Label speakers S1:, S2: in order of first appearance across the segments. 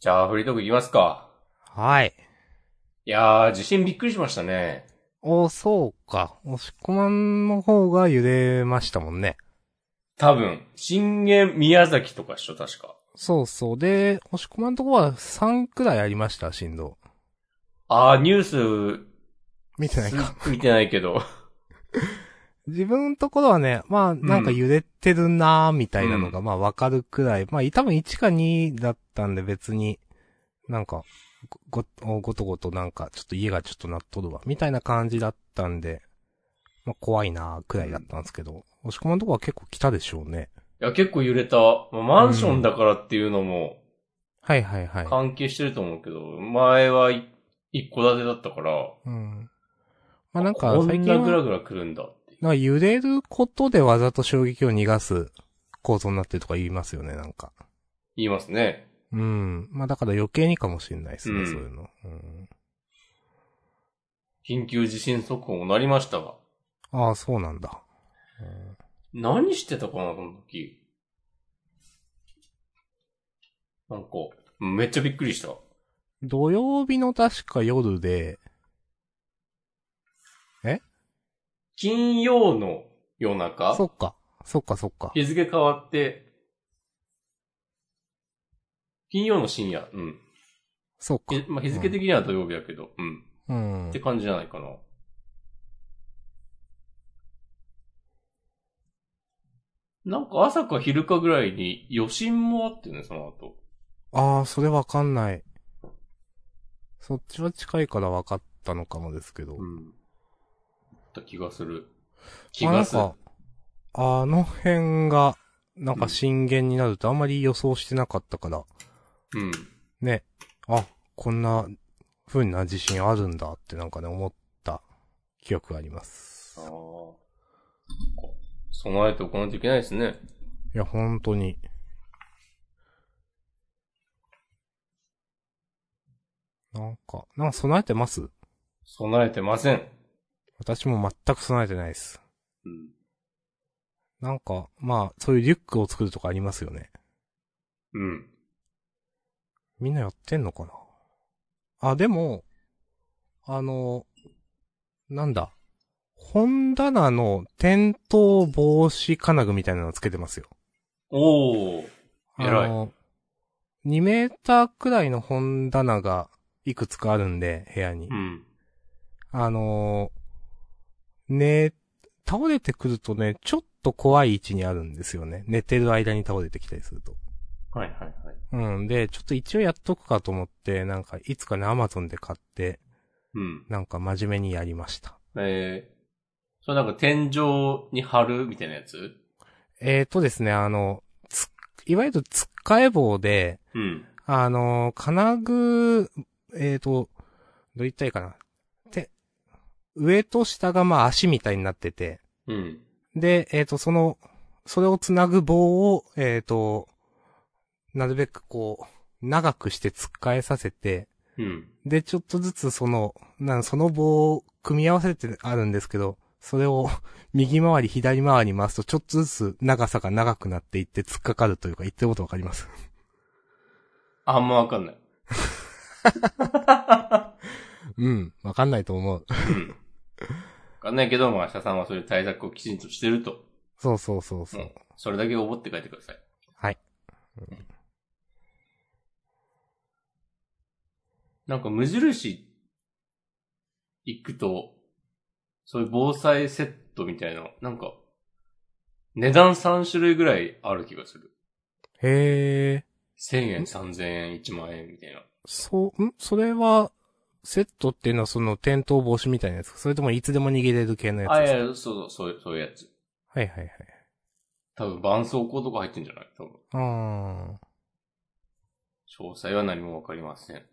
S1: じゃあ、フリートークいきますか。
S2: はい。
S1: いやー、地震びっくりしましたね。
S2: お、そうか。押し込まんの方が揺れましたもんね。
S1: 多分、震源宮崎とかっしょ、確か。
S2: そうそう。で、押し込まんのとこは3くらいありました、振動。
S1: あー、ニュー
S2: 見てないか。
S1: ス、見てないけど。
S2: 自分のところはね、まあ、なんか揺れてるなーみたいなのが、まあわかるくらい。まあ、多分1か2だったんで別に、なんか、ご、ごごとごとなんか、ちょっと家がちょっとなっとるわ、みたいな感じだったんで、まあ怖いなーくらいだったんですけど、押し込まんのとこは結構来たでしょうね。
S1: いや、結構揺れた。まあマンションだからっていうのも
S2: はいはいはい。
S1: 関係してると思うけど、前はい一戸建てだったから、
S2: うん。まあなんか
S1: こ、
S2: 最
S1: ん
S2: 近
S1: な
S2: は
S1: ぐらぐら来るんだっていう。
S2: なんか揺れることでわざと衝撃を逃がす構造になってるとか言いますよね、なんか。
S1: 言いますね。
S2: うん。まあだから余計にかもしれないですね、
S1: うん
S2: そういうの。うん。
S1: 緊急地震速報なりましたが。
S2: ああ、そうなんだ。
S1: 何してたかな、この時。なんか、めっちゃびっくりした。
S2: 土曜日の確か夜で、
S1: 金曜の夜中
S2: そっか、そっかそっか。
S1: 日付変わって、金曜の深夜、うん。
S2: そっか
S1: え。まあ、日付的には土曜日だけど、うん。
S2: うん。
S1: っ
S2: うん
S1: て感じじゃないかな。なんか朝か昼かぐらいに余震もあってね、その後。
S2: ああ、それわかんない。そっちは近いからわかったのかもですけど。
S1: うん。だった気がする。気
S2: まあな
S1: が
S2: ん
S1: する。
S2: か、あの辺が、なんか震源になるとあんまり予想してなかったから、
S1: うん。
S2: ね、あ、こんな風な地震あるんだってなんかね、思った記憶があります
S1: ああ。。備えておかないといけないですね。
S2: いや、本当に。なんか、なんか備えてます
S1: 備えてません。
S2: 私も全く備えてないです。
S1: うん。
S2: なんか、まあ、そういうリュックを作るとかありますよね。
S1: うん。
S2: みんなやってんのかなあ、でも、あの、なんだ。本棚の転倒防止金具みたいなのつけてますよ。
S1: おー。偉い
S2: あの、2メーターくらいの本棚がいくつかあるんで、部屋に。
S1: うん。
S2: あの、ね、倒れてくるとね、ちょっと怖い位置にあるんですよね。寝てる間に倒れてきたりすると。
S1: はいはいはい。
S2: うん。で、ちょっと一応やっとくかと思って、なんか、いつかね、アマゾンで買って、
S1: うん。
S2: なんか真面目にやりました。
S1: えー、それなんか天井に貼るみたいなやつ
S2: えーとですね、あの、つ、いわゆるつっかえ棒で、
S1: うん。
S2: あの、金具、えーと、どう言ったらいいかな。て、上と下がまあ足みたいになってて、
S1: うん。
S2: で、えーと、その、それをつなぐ棒を、えーと、なるべくこう、長くしてつっかえさせて、
S1: うん。
S2: で、ちょっとずつその、なんその棒を組み合わせてあるんですけど、それを 右回り左回り回すと、ちょっとずつ長さが長くなっていって突っかかるというか、言ってることわかります。
S1: あんまわかんない。
S2: うん、わかんないと思 う。
S1: うん。わかんないけど、まあ、社さんはそういう対策をきちんとしてると。
S2: そうそうそうそう。
S1: ん。それだけ思って帰ってください。
S2: はい。
S1: なんか無印行くと、そういう防災セットみたいな、なんか、値段3種類ぐらいある気がする。
S2: へえ、
S1: 1000円、3000円、1万円みたいな。
S2: そう、んそれは、セットっていうのはその転倒防止みたいなやつかそれともいつでも逃げれる系のやつ
S1: あ、
S2: で
S1: い
S2: す
S1: や
S2: か
S1: いや、そうそう、そういう、そういうやつ。
S2: はいはいはい。
S1: 多分、絆創膏とか入ってんじゃない多分。
S2: あー。
S1: 詳細は何もわかりません。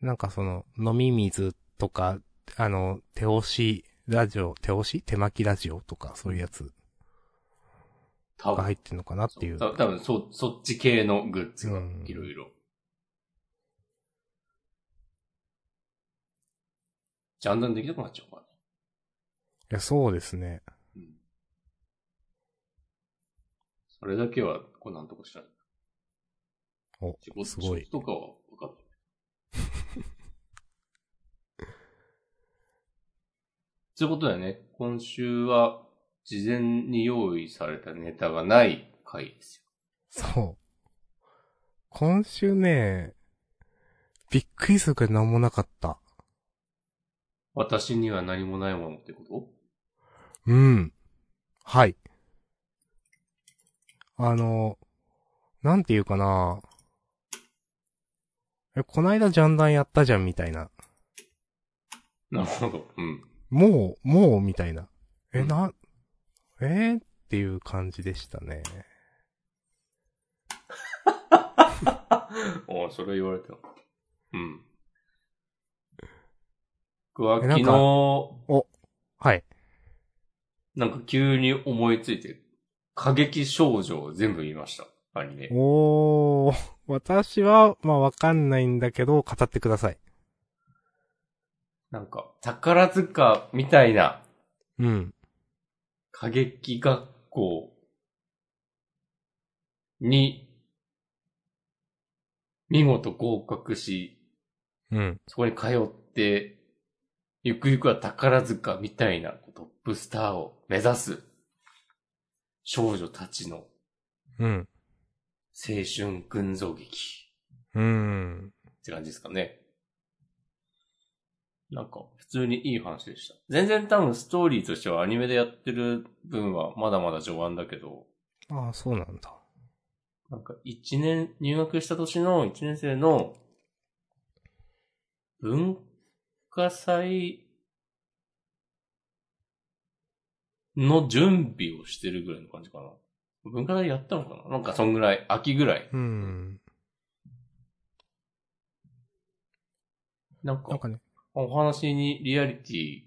S2: なんかその、飲み水とか、あの、手押しラジオ、手押し手巻きラジオとか、そういうやつ
S1: 多
S2: が
S1: 分。
S2: 入ってんのかなっていう。
S1: そう多分、そ、そっち系のグッズが
S2: うん、
S1: いろいろ。ジャンダンできなくなっちゃうか
S2: いや、そうですね。
S1: な。うん。それだけは、こうなんとかしない。
S2: お
S1: 仕、事
S2: すごい。
S1: 仕 事とかは分かってる。そういうことだよね。今週は、事前に用意されたネタがない回ですよ。
S2: そう。今週ね、びっくりするくらい何もなかった。
S1: 私には何もないものってこ
S2: うん。はい。あの、なんていうかなえ、こないだジャンダンやったじゃんみたいな。
S1: となるほど。うん。
S2: もう、もうみたいな。え、
S1: うん
S2: な、えー、っていう感じでしたね。
S1: おそれ言われた。うん。僕は
S2: えなん
S1: 昨
S2: か
S1: 日、な
S2: はい。
S1: んか急に思いついて、過激少女を全部見ました。アニメ。
S2: おー、 私は、まあわかんないんだけど、語ってください。
S1: なんか、宝塚みたいな
S2: うん。
S1: 過激学校に、見事合格し、
S2: うん。
S1: そこに通って、ゆくゆくは宝塚みたいなトップスターを目指す少女たちの青
S2: うん。
S1: 春群像劇
S2: うん。
S1: って感じですかね。なんか、普通にいい話でした。全然多分ストーリーとしてはアニメでやってる分はまだまだ序盤だけど、
S2: ああ、そうなんだ。
S1: なんか一年、入学した年の一年生の文化祭の準備をしてるぐらいの感じかな。文化祭やったのかななんかそんぐらい、秋ぐらい。
S2: うん。
S1: なんか
S2: なん、かね。
S1: お話にリアリティ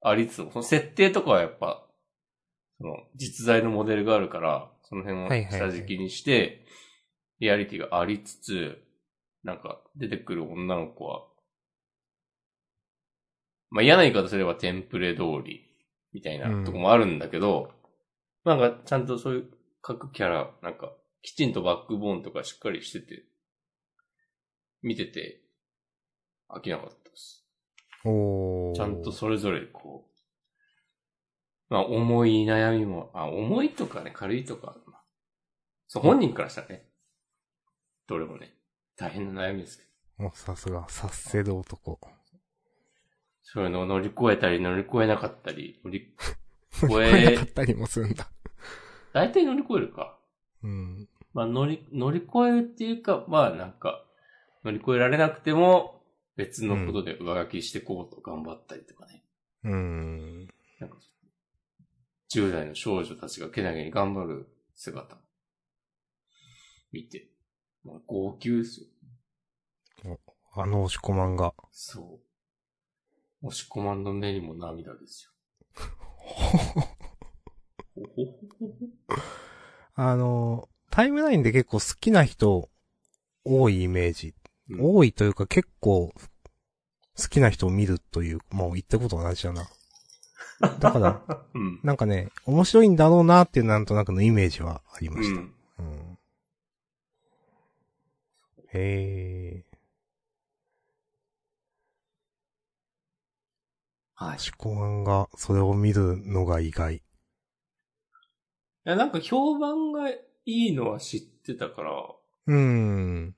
S1: ありつつも、その設定とかはやっぱ、その実在のモデルがあるから、その辺を
S2: はいはいは
S1: 下
S2: い
S1: 敷きにして、リアリティがありつつ、なんか出てくる女の子は、まあ嫌な言い方すればテンプレ通りみたいなとこもあるんだけど、なんかちゃんとそういう各キャラ、なんかきちんとバックボーンとかしっかりしてて、見てて飽きなかったです。
S2: おー。
S1: ちゃんとそれぞれこう、まあ重い悩みも、あ、重いとかね、軽いとか、まあそう、本人からしたらね、どれもね、大変な悩みですけど、
S2: お、さすが、察せる男。
S1: そういうのを乗り越えたり乗り越えなかったり、乗 り、これ
S2: 聞こえなかったりもするんだ。
S1: 大体乗り越えるか。
S2: うん。
S1: まあ乗り、乗り越えるっていうか、まあなんか、乗り越えられなくても、別のことで上書きしてこうと頑張ったりとかね。
S2: うん。
S1: なんか、10代の少女たちがけなげに頑張る姿、見て、まあ、号泣ですよ。
S2: あの押し込まんが。
S1: そう。押し込まんの目にも涙ですよ。ほほほほほ
S2: あの、タイムラインで結構好きな人、多いイメージ。
S1: うん
S2: 多いというか結構、好きな人を見るという、もう言ったこと同じだな。だから、
S1: うん。
S2: なんかね、面白いんだろうなっていうなんとなくのイメージはありま
S1: う
S2: した。
S1: ん。
S2: うん。へえ。
S1: はい。い
S2: 思考案がそれを見るのが意外。
S1: や、なんか評判がいいのは知ってたから、
S2: うーん。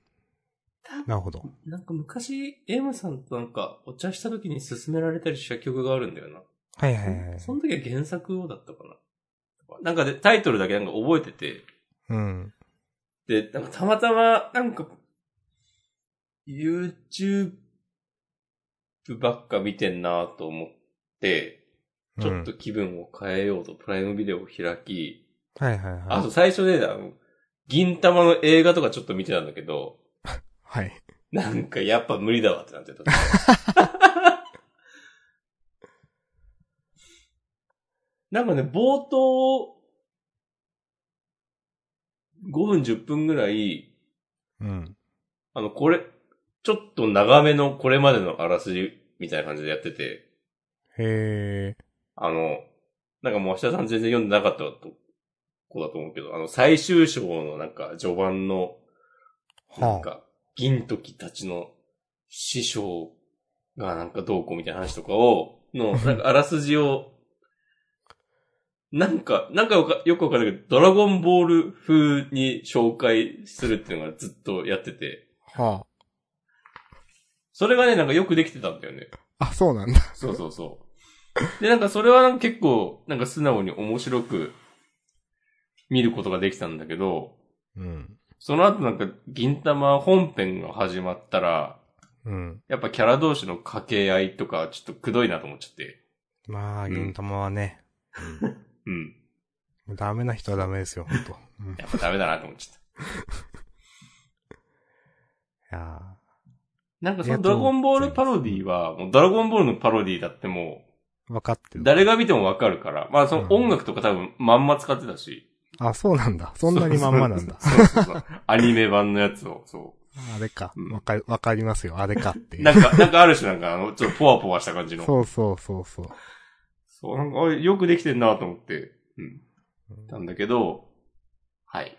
S2: なるほど。
S1: なんか昔、エムさんとなんかお茶した時に勧められたりした曲があるんだよな。
S2: はいはいはい。
S1: その時は原作をだったかな。なんかで、タイトルだけなんか覚えてて、
S2: うん。
S1: で、なんかたまたま、なんか、YouTube ばっか見てんなと思って、ちょっと気分を変えようとプライムビデオを開き、
S2: うん。はいはい
S1: あ
S2: は
S1: と
S2: い。
S1: 最初で、あの、銀玉の映画とかちょっと見てたんだけど、
S2: はい。
S1: なんかやっぱ無理だわってなってた。なんかね、冒頭、5分10分ぐらい、
S2: うん。
S1: あの、これ、ちょっと長めのこれまでのあらすじみたいな感じでやってて、
S2: へえ。
S1: あの、なんかもう明日さん全然読んでなかったと子だと思うけど、あの、最終章のなんか序盤の、な
S2: は
S1: んか、銀時たちの師匠がなんかどうこうみたいな話とかを、の、なんかあらすじを、なんか、なんかよかよくわかんないけど、ドラゴンボール風に紹介するっていうのがずっとやってて、
S2: は
S1: それがね、なんかよくできてたんだよね。
S2: あ。あ、そうなんだ。
S1: そうそうそう。で、なんかそれはなんか結構、なんか素直に面白く見ることができたんだけど、
S2: うん。
S1: その後なんか銀玉本編が始まったら、
S2: うん。
S1: やっぱキャラ同士の掛け合いとかちょっとくどいなと思っちゃって。
S2: ま
S1: う
S2: あ、
S1: ん
S2: 銀玉はね、
S1: うん。
S2: ダメな人はダメですよ、ほんと。うん、い
S1: やっぱダメだなと思っちゃった。
S2: や
S1: なんかそのドラゴンボールパロディーは、もうドラゴンボールのパロディーだっても
S2: ー分かって
S1: う、
S2: る。
S1: 誰が見てもわかるから、まあその音楽とか多分まんま使ってたし。
S2: あ、そうなんだ。そんなにまんまなんだ。
S1: そうそうそう。アニメ版のやつを、そ
S2: あれか
S1: うん。
S2: わか、わかりますよ。あれかって
S1: う。
S2: い
S1: な
S2: う。
S1: んか、なんかある種なんか、あの、ちょっとポワポワした感じの。
S2: そうそうそうそう。
S1: そう、なんか、あよくできてんなと思って、うん。たんだけど、はい。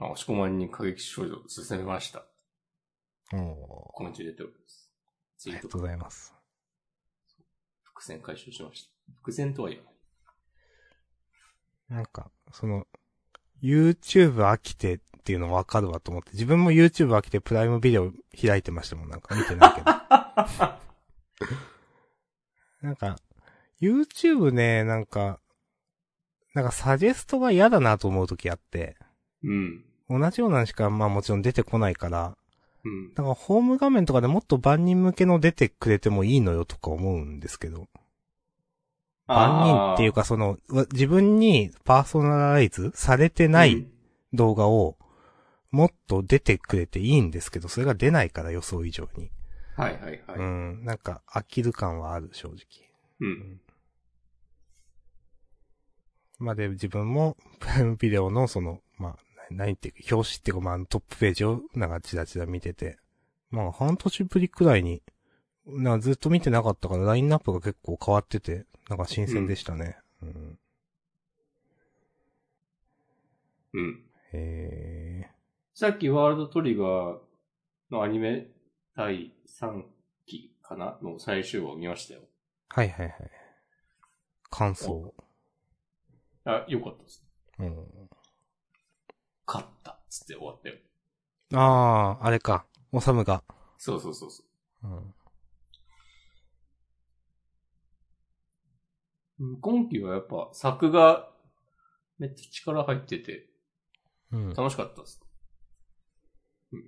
S1: あ、押し込まんに過激少女進めました。
S2: お
S1: コメント入れております。ツ
S2: ー
S1: イ
S2: あり
S1: ート
S2: がと
S1: と
S2: うございます。
S1: 伏線回収しました。伏線とは言わない。
S2: なんか、その、YouTube 飽きてっていうのわかるわと思って、自分も YouTube 飽きてプライムビデオ開いてましたもん、なんか見てないけど。 なんか、YouTube ね、なんか、なんかサジェストが嫌だなと思う時あって、
S1: うん。
S2: 同じようなのしか、まあもちろん出てこないから、
S1: うん。
S2: なんかホーム画面とかでもっと万人向けの出てくれてもいいのよとか思うんですけど。万人っていう
S1: か、
S2: かその、わ自分にパーソナライズされてな
S1: う
S2: い
S1: ん
S2: 動画を、もっと出てくれていいんですけど、それが出ないから予想以上に。
S1: はいはいはい。
S2: うん、なんか飽きる感はある、正直。
S1: うん。
S2: まあで、自分も、 プライムビデオのその、まあ、な何っていうか、表紙っていうか、まあ、トップページを、なんか、チラチラ見てて、まあ、半年ぶりくらいに、なんかずっと見てなかったから、ラインナップが結構変わってて、なんか新鮮でしたね。うん。
S1: うん。
S2: へ
S1: さっきワールドトリガーのアニメ第3期かなの最終話を見ましたよ。
S2: ー。はいはいはい。感想。
S1: あ、よかったです。
S2: うん。
S1: 勝ったっつって終わったよ。
S2: ああ、あれか。おさむが。
S1: そうそうそうそう。
S2: うん。
S1: うん今期はやっぱ作がめっちゃ力入ってて
S2: うん。
S1: 楽しかったです。うん。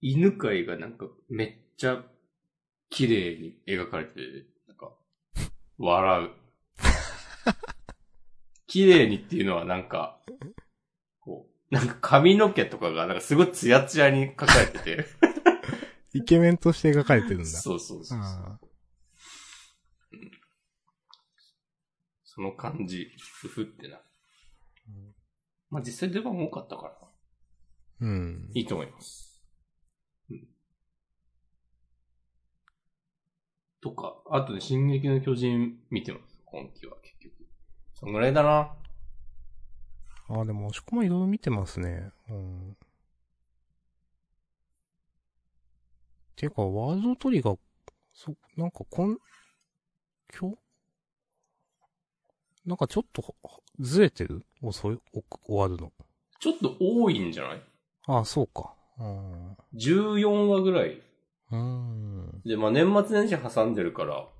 S1: 犬飼がなんかめっちゃ綺麗に描かれてて、なんか、笑 う。綺麗にっていうのはなんか、こう、なんか髪の毛とかがなんかすごいツヤツヤに描かれてて。
S2: イケメンとして描かれてるんだ。
S1: そうそうそうそう。
S2: あ
S1: その感じ、ふふってな。
S2: うん
S1: まあ、実際出番多かったから、
S2: ーうん。
S1: いいと思います。うん。とか、あとね、進撃の巨人見てます。今期は結局。そんぐらいだな。
S2: ああ、でも、押し込まいろいろ見てますね。うん。てか、ワールドトリガー、そ、なんかこん、今日なんかちょっと、ずれてる遅い、お終わるの。
S1: ちょっと多いんじゃない
S2: ああ、そうか。うん。う
S1: ?14 話ぐらい。
S2: ーん。
S1: で、まあ、年末年始挟んでるから。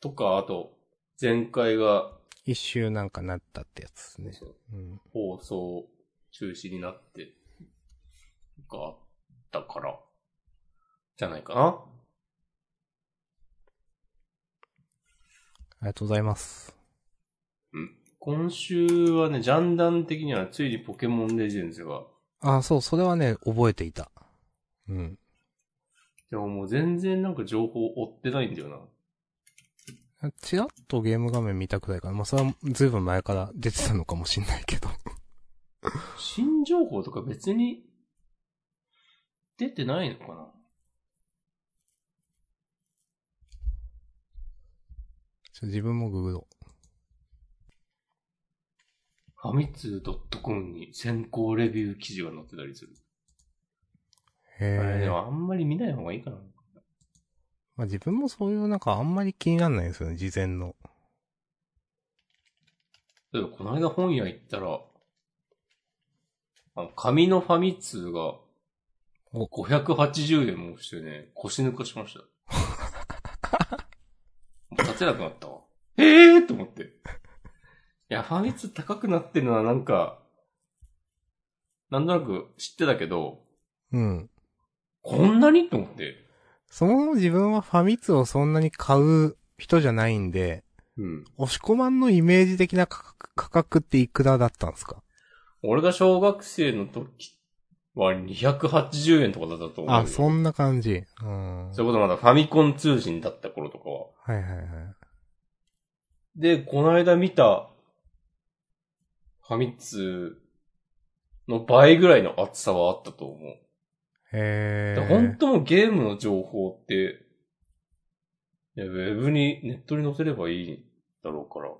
S1: とか、あと、前回が
S2: 一周なんかなったってやつですね。うん。
S1: 放送中止になって、とかあったから、じゃないかな。
S2: ありがとうございます。
S1: 今週はね、ジャンダン的にはついにポケモンレジェンズが。
S2: ああ、そう、それはね、覚えていた。うん。
S1: でももう全然なんか情報追ってないんだよな。
S2: ちらっとゲーム画面見たくらいかな。まあ、それはずいぶん前から出てたのかもしんないけど。
S1: 新情報とか別に出てないのかな
S2: ちょ自分もググろ
S1: ファミツー .com に先行レビュー記事が載ってたりする。
S2: う。
S1: あれで
S2: へえ。
S1: もあんまり見ない方がいいかな。
S2: まあ自分もそういうなんかあんまり気になんないんですよね、事前の。
S1: 例えば、この間本屋行ったら、あの紙のファミ通が、
S2: お
S1: 580円もしてね、腰抜かしました。 もう立てなくなったわ。ええーと思って。いや、ファミ通高くなってるのはなんか、なんとなく知ってたけど、
S2: うん。
S1: こんなにと思って。
S2: そもそも自分はファミツをそんなに買う人じゃないんで、
S1: うん。
S2: 押し込まんのイメージ的な価格価格っていくらだったんですか
S1: 俺が小学生の時は280円とかだったと思うよ。
S2: あ、そんな感じ。うん。はい
S1: そういうことまだファミコン通信だった頃とかは。
S2: はいはい。
S1: で、この間見た、ファミ通の倍ぐらいの厚さはあったと思う。
S2: へ
S1: で
S2: え。
S1: 本当もうゲームの情報って、いやウェブに、ネットに載せればいいんだろうから。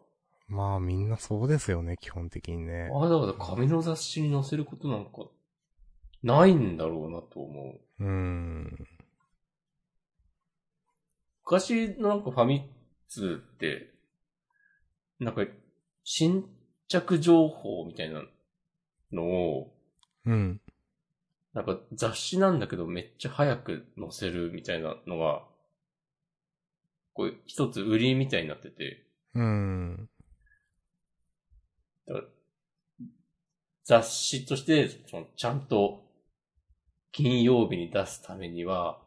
S2: まあみんなそうですよね、基本的にね。
S1: わざわざ紙の雑誌に載せることなんか、ないんだろうなと思う。
S2: うん。
S1: 昔のなんかファミ通って、なんか、新着情報みたいなのを、
S2: うん。
S1: なんか雑誌なんだけどめっちゃ早く載せるみたいなのが、こう一つ売りみたいになってて、
S2: うん。
S1: だから雑誌として、そのちゃんと金曜日に出すためには、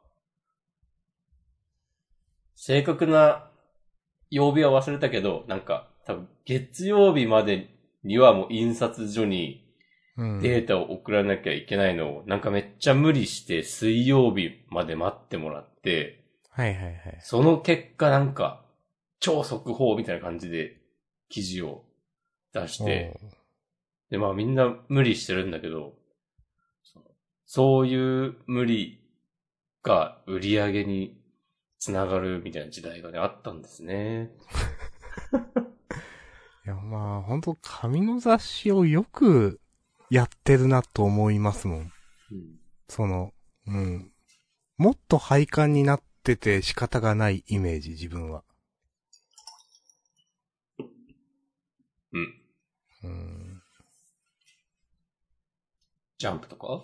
S1: 正確な曜日は忘れたけど、なんか多分月曜日までにはもう印刷所に
S2: うん。
S1: データを送らなきゃいけないのを、なんかめっちゃ無理して水曜日まで待ってもらって、
S2: はいはいはい。
S1: その結果なんか超速報みたいな感じで記事を出して、で、まあみんな無理してるんだけど、そのそういう無理が売り上げにつながるみたいな時代がね、あったんですね。
S2: いや、まあ、本当紙の雑誌をよくやってるなと思いますもん。その、うん。もっと廃刊になってて仕方がないイメージ、自分は。
S1: うん。
S2: うん。
S1: ジャンプとか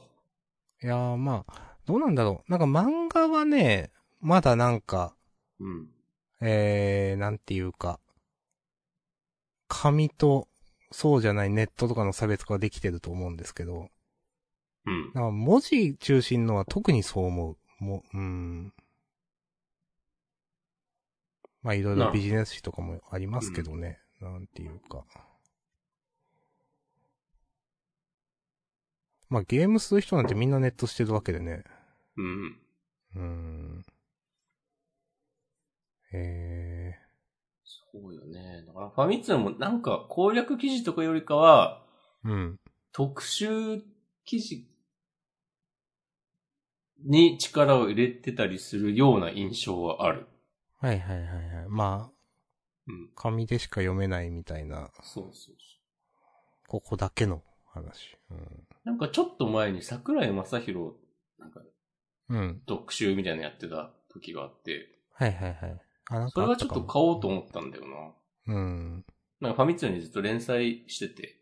S2: いやー、まあ、どうなんだろう。なんか漫画はね、まだなんか、
S1: うん。
S2: えー、なんていうか、紙と、そうじゃないネットとかの差別化ができてると思うんですけど、
S1: うん。
S2: なんか文字中心のは特にそう思う。もう、うん。まあいろいろビジネス誌とかもありますけどね。なんていうか。まあゲームする人なんてみんなネットしてるわけでね。
S1: うん。
S2: うん。え
S1: そうよね。だからファミ通もなんか攻略記事とかよりかは、
S2: ー、うん。
S1: 特集記事に力を入れてたりするような印象はある。
S2: はいはいはいはい。まあ、
S1: うん。
S2: 紙でしか読めないみたいな、
S1: そうそうそう。
S2: ここだけの話。うん。
S1: なんかちょっと前に桜井正宏、なんか
S2: うん。
S1: 特集みたいなのやってた時があって、
S2: はいはいはい。あ、なん
S1: そ
S2: か
S1: れ
S2: あ
S1: は
S2: っ
S1: ち
S2: た
S1: ょっ
S2: かも
S1: と買おうと思ったんだよな。
S2: うん。
S1: なんかファミ通にずっと連載してて、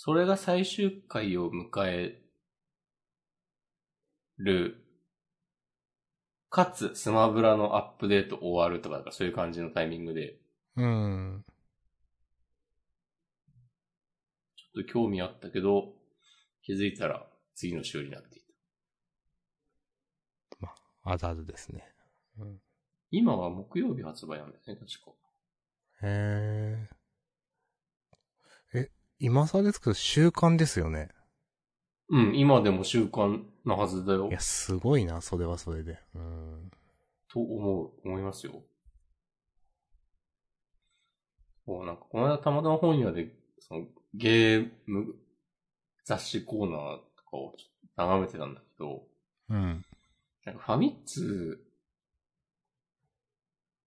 S1: それが最終回を迎える、かつスマブラのアップデート終わるとか、なんかそういう感じのタイミングで、
S2: うん。
S1: ちょっと興味あったけど、気づいたら次の週になっていた。
S2: あるあるですね。
S1: 今は木曜日発売なんだよね、確か。
S2: へえ。え、今さですけど、習慣ですよね。
S1: うん、今でも習慣なはずだよ
S2: いや、。すごいな、それはそれで。うん。
S1: と思う、思いますよ。そう、なんかこの間たまたま本屋で、そのゲーム雑誌コーナーとかをちょっと眺めてたんだけど、
S2: うん。
S1: なんかファミ通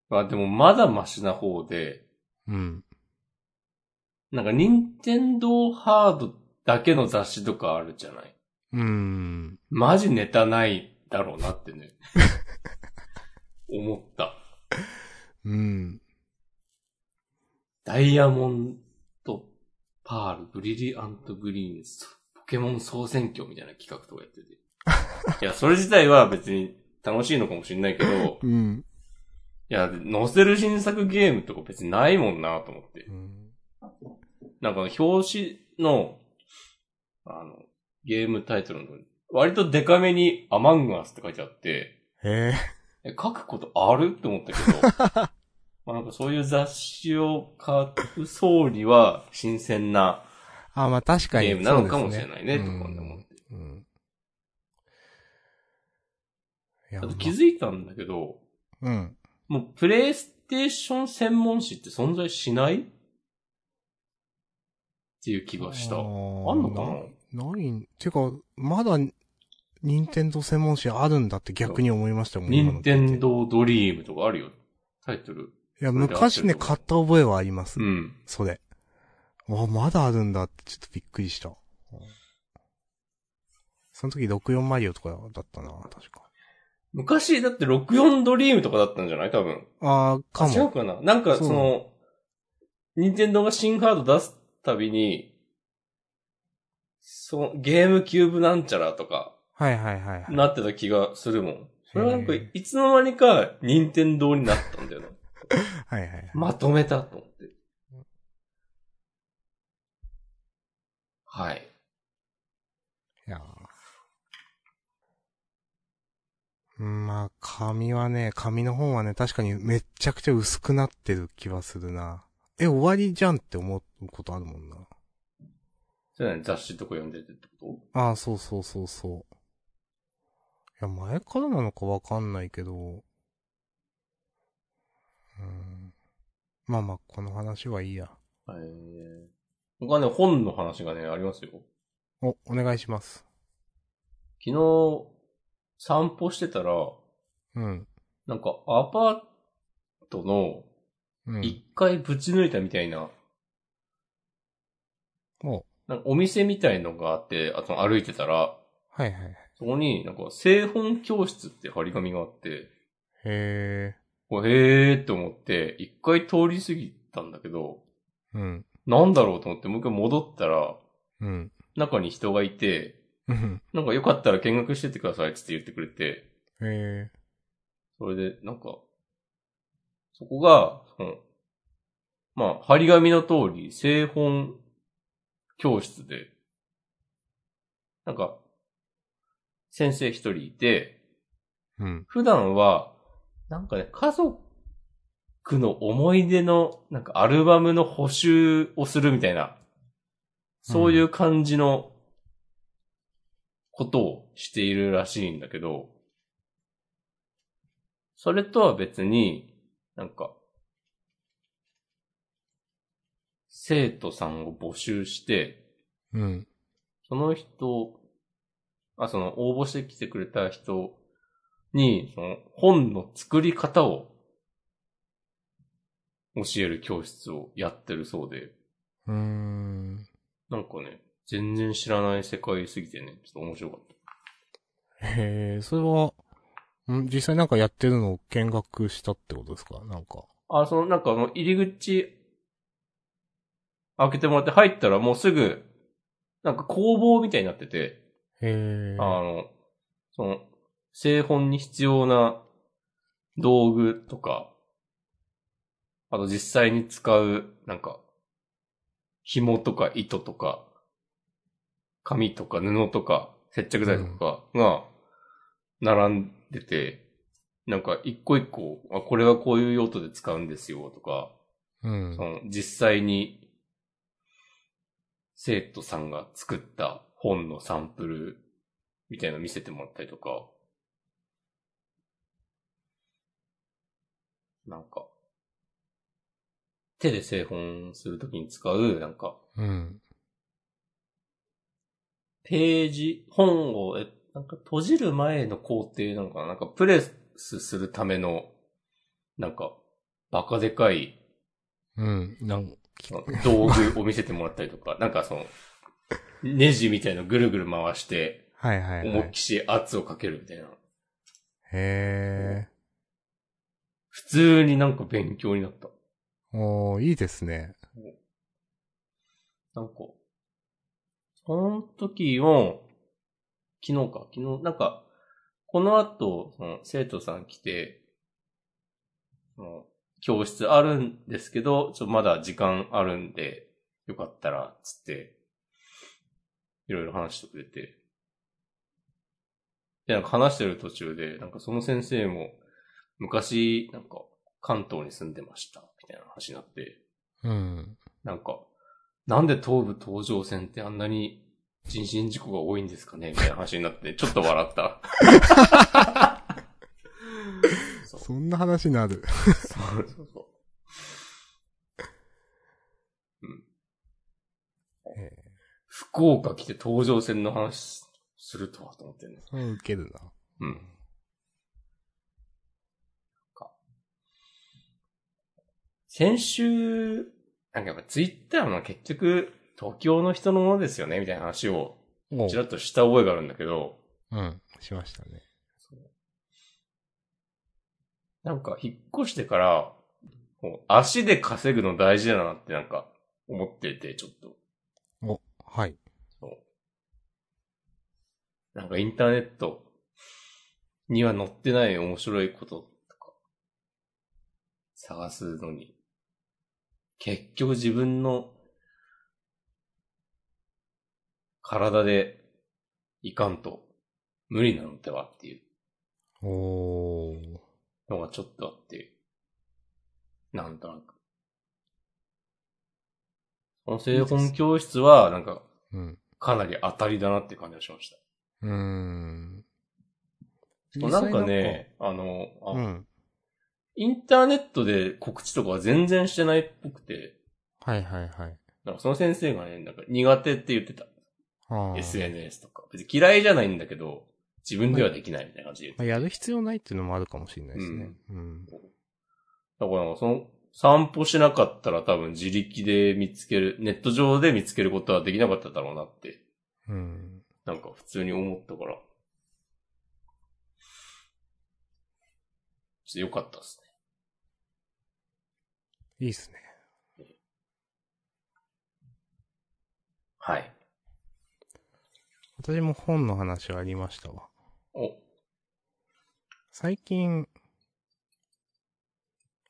S1: はでもまだマシな方で、
S2: うん。
S1: なんか任天堂ハードだけの雑誌とかあるじゃない
S2: うん。
S1: マジネタないだろうなってね。思った。
S2: うん。
S1: ダイヤモンド、パール、ブリリアントグリーンス、ポケモン総選挙みたいな企画とかやってて。いや、それ自体は別に楽しいのかもしれないけど、
S2: うん。
S1: いや、載せる新作ゲームとか別にないもんなと思って。なんか表紙の、あの、ゲームタイトルのとこに、割とデカめにアマングアスって書いてあって、
S2: へえ。
S1: え、書くことあるって思ったけど、 まあなんかそういう雑誌を買う総理は新鮮な
S2: あ、まあ確かに。
S1: ゲームなのかもしれないね、
S2: そう
S1: と
S2: です
S1: かね思って。
S2: うん。うんいや
S1: あと気づいたんだけど、
S2: まあうん。
S1: もうプレイステーション専門誌って存在しないっていう気がした。あ
S2: あ
S1: んのかな
S2: ない、ない、てか、まだ、任天堂専門誌あるんだって逆に思いましたもん今の聞
S1: 任
S2: いて
S1: 天堂ドリームとかあるよ。タイトル。
S2: いや、昔ね、買った覚えはあります。
S1: うん。
S2: それ。わ、まだあるんだって、ちょっとびっくりした。その時64マリオとかだったな、確か。
S1: 昔だって64ドリームとかだったんじゃない多分。
S2: あー、か
S1: 違う
S2: も。
S1: かななんか
S2: そ
S1: そうの、任天堂が新カード出すたびに、そのゲームキューブなんちゃらとか、
S2: はいはいはい、はい。
S1: なってた気がするもん。それはなんか
S2: へー、
S1: いつの間にか任天堂になったんだよな。
S2: はいはいはい。
S1: まとめたと思って。はい。
S2: いやーうんまあ、紙はね、紙の本はね、確かにめっちゃくちゃ薄くなってる気はするな。え、終わりじゃんって思うことあるもんな。
S1: それはね雑誌とか読んでてってこ
S2: ああ、そうそうそうそう。いや、前からなのかわかんないけど。うん。まあまあ、この話はいいや。
S1: とええ。僕はね、本の話がね、ありますよ。
S2: お、お願いします。
S1: 昨日、散歩してたら、
S2: うん。
S1: なんかアパートの
S2: うん。
S1: 一回ぶち抜いたみたいな、
S2: お、
S1: なんかお店みたいのがあって、あと歩いてたら、
S2: はいはいはい。
S1: そこになんか製本教室って張り紙があって、
S2: へ
S1: こうへーって思って、一回通り過ぎたんだけど、
S2: え。うん。
S1: なんだろうと思ってもう一回戻ったら、
S2: うん。
S1: 中に人がいて、
S2: うん。
S1: なんかよかったら見学してってくださいっつって言ってくれて、
S2: へえ。
S1: それで、なんか、そこが、その、まあ、張り紙の通り、製本教室で、なんか、先生一人いて、
S2: うん。
S1: 普段は、なんかね、家族の思い出の、なんかアルバムの補修をするみたいな、そういう感じのことをしているらしいんだけど、それとは別に、なんか、生徒さんを募集して、
S2: うん。
S1: その人、あ、その応募してきてくれた人に、その本の作り方を教える教室をやってるそうで、
S2: うーん。
S1: なんかね、全然知らない世界すぎてね、ちょっと面白かった。
S2: へえ、それは、ん実際なんかやってるのを見学したってことですかなんか。
S1: あ、そのなんかあの入り口開けてもらって入ったらもうすぐ、なんか工房みたいになってて、
S2: へえ。
S1: あの、その、製本に必要な道具とか、あと実際に使う、なんか、紐とか糸とか、紙とか布とか、接着剤とかが、並んでて、なんか一個一個、あ、これはこういう用途で使うんですよ、とか、
S2: うん
S1: そ。の実際に生徒さんが作った本のサンプルみたいなの見せてもらったりとか、なんか、手で製本するときに使う、なんか、
S2: うん。
S1: ページ、本を、え、なんか閉じる前の工程なのかななんかプレスするための、なんか、バカでかい
S2: うん。なん
S1: 道具を見せてもらったりとか、なんかその、ネジみたいのぐるぐる回して、
S2: はいはい、はい。
S1: 思いっきし圧をかけるみたいな。
S2: へ
S1: 普通になんか勉強になった。
S2: え。おー、いいですね。
S1: なんか、その時を、昨日か、昨日、なんか、この後、その生徒さん来て、その教室あるんですけど、ちょ、まだ時間あるんで、よかったら、つって、いろいろ話してくれて。で、なんか話してる途中で、なんかその先生も、昔、なんか、関東に住んでました、みたいな話になって。
S2: うん。
S1: なんか、なんで東武東上線ってあんなに人身事故が多いんですかねみたいな話になって、ちょっと笑った。そう
S2: そんな話になる。
S1: そうそうそう。うん
S2: へえ。
S1: 福岡来て東上線の話するとはと思ってね。
S2: うん、受けるな。
S1: うん。か先週、なんかやっぱツイッターの結局、東京の人のものですよね、みたいな話を、
S2: お
S1: ちらっとした覚えがあるんだけど、
S2: うん、しましたね。
S1: なんか引っ越してから、こう足で稼ぐの大事だなってなんか思ってて、ちょっと。
S2: お、はい。
S1: そう。なんかインターネットには載ってない面白いこととか、探すのに、結局自分の体でいかんと無理なのではっていう
S2: おー。
S1: のがちょっとあって、なんとなく。この製本教室は、なんか、
S2: うん。
S1: かなり当たりだなっていう感じがしました。
S2: うーん。
S1: なんかね、あの、あ
S2: 実際なんか、うん。
S1: インターネットで告知とかは全然してないっぽくて、
S2: はいはいはい。
S1: なんかその先生がね、なんか苦手って言ってた。
S2: あー
S1: SNS とか。別に嫌いじゃないんだけど、自分ではできないみたいな感じで言って
S2: まあ、やる必要ないっていうのもあるかもしれないですね。うん。
S1: た。だからなんかその、散歩しなかったら多分自力で見つける、ネット上で見つけることはできなかっただろうなって、
S2: うん。
S1: なんか普通に思ったから。ちょっと良かったですね。
S2: いいっすね。
S1: はい。
S2: 私も本の話はありましたわ。
S1: お、
S2: 最近、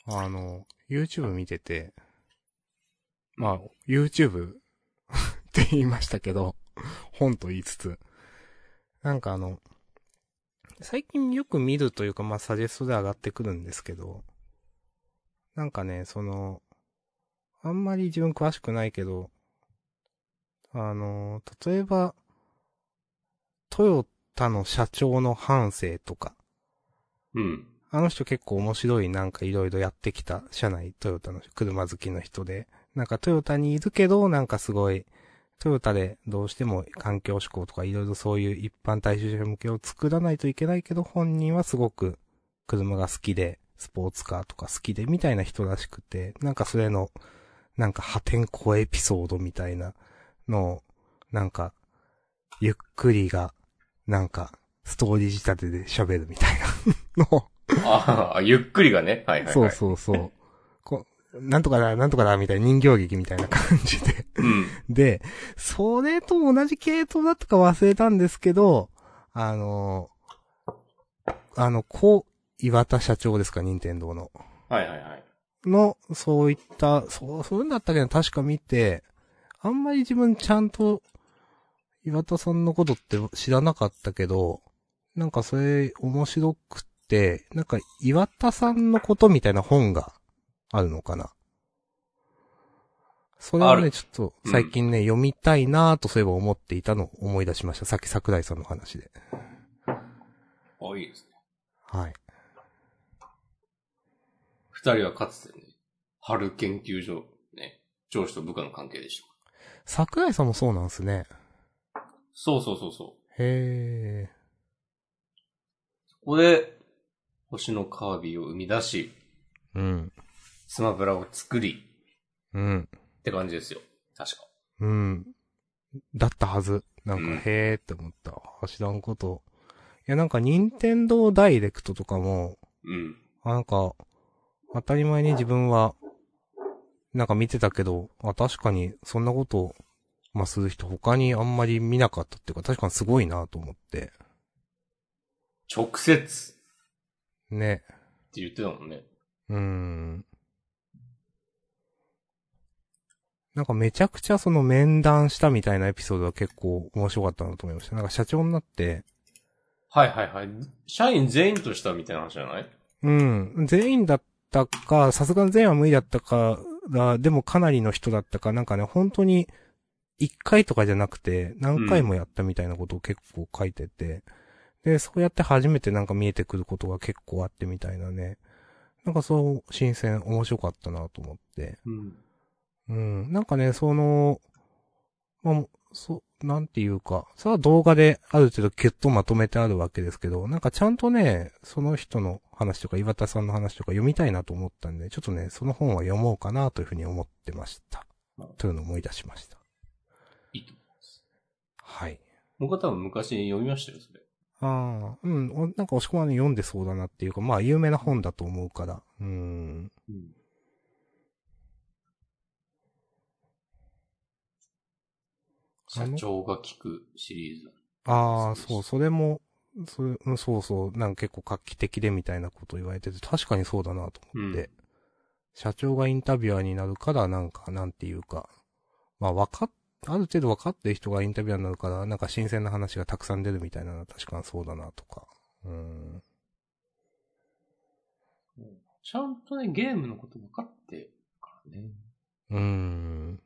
S2: あの、YouTube 見てて、まあ、YouTube って言いましたけど、本と言いつつ、なんかあの、最近よく見るというか、まあ、サジェストで上がってくるんですけど、なんかね、その、あんまり自分詳しくないけど、あの、例えば、トヨタの社長の反省とか、
S1: うん。
S2: あの人結構面白いなんかいろいろやってきた社内トヨタの車好きの人で、なんかトヨタにいるけどなんかすごいトヨタでどうしても環境志向とかいろいろそういう一般大衆者向けを作らないといけないけど本人はすごく車が好きでスポーツカーとか好きでみたいな人らしくて、なんかそれのなんか破天荒エピソードみたいなのをなんかゆっくりがなんかストーリー仕立てで喋るみたいなのを
S1: ああ、ゆっくりがね。はいはい、はい。
S2: そうそうそう。こなんとかだ、なんとかだ、みたいな人形劇みたいな感じで。
S1: う。うん。
S2: で、それと同じ系統だったか忘れたんですけど、あの、あの、こう、岩田社長ですか、任天堂の。
S1: はいはいはい。
S2: の、そういった、そう、そういうんだったけど、確か見て、あんまり自分ちゃんと、岩田さんのことって知らなかったけど、なんかそれ面白くて、なんか岩田さんのことみたいな本があるのかな。それ
S1: あ
S2: は
S1: る
S2: ね、ちょっと最近ね、読みたいなぁとそういえば思っていたのを思い出しました。さっき桜井さんの話で。
S1: あ、いいですね。
S2: はい。
S1: 二人はかつてね、春研究所、ね、上司と部下の関係でした。
S2: 桜井さんもそうなんですね。
S1: そうそうそうそう。
S2: へー。
S1: ここで、星のカービィを生み出し、
S2: うん。
S1: スマブラを作り、
S2: うん。
S1: って感じですよ。確か。
S2: うん。だったはず。なんか、
S1: うん
S2: へーって思った。あ知らんこと。いや、なんか、任天堂ダイレクトとかも、
S1: うん。
S2: あなんか、当たり前に自分は、なんか見てたけど、あ、確かに、そんなことを、まあ、する人他にあんまり見なかったっていうか、確かにすごいなと思って。
S1: 直接っ
S2: ね。
S1: て言ってたもんね。
S2: うーん。なんかめちゃくちゃその面談したみたいなエピソードは結構面白かったなと思いました。なんか社長になって、
S1: はいはいはい。社員全員としたみたいな話じゃない
S2: うん、全員だったか、さすがに全員は無理だったから、でもかなりの人だったか、なんかね、本当に一回とかじゃなくて何回もやったみたいなことを結構書いてて、で、そうやって初めてなんか見えてくることが結構あってみたいなね。なんかそう、新鮮、面白かったなと思って。
S1: うん。
S2: うん。なんかね、その、まあ、そう、なんていうか、それは動画である程度キュッとまとめてあるわけですけど、なんかちゃんとね、その人の話とか、岩田さんの話とか読みたいなと思ったんで、ちょっとね、その本は読もうかなというふうに思ってました。というのを思い出しました。
S1: いいと思います。
S2: はい。
S1: 僕は多分昔読みましたよ、それ。
S2: ああ、うん、おなんか押し込まんに読んでそうだなっていうか、まあ有名な本だと思うから、うん。
S1: うん。社長が聞くシリーズ。
S2: ああ、
S1: そうです
S2: そう、それも、それうんそうそう、なんか結構画期的でみたいなこと言われてて、確かにそうだなと思って、
S1: うん
S2: 社長がインタビュアーになるから、なんか、なんていうか、まあ、わかっ、ある程度わかってる人がインタビュアーになるから、なんか新鮮な話がたくさん出るみたいなのは確かにそうだなとか。うん。
S1: ちゃんとね、ゲームのこと分かってるからね。
S2: うん。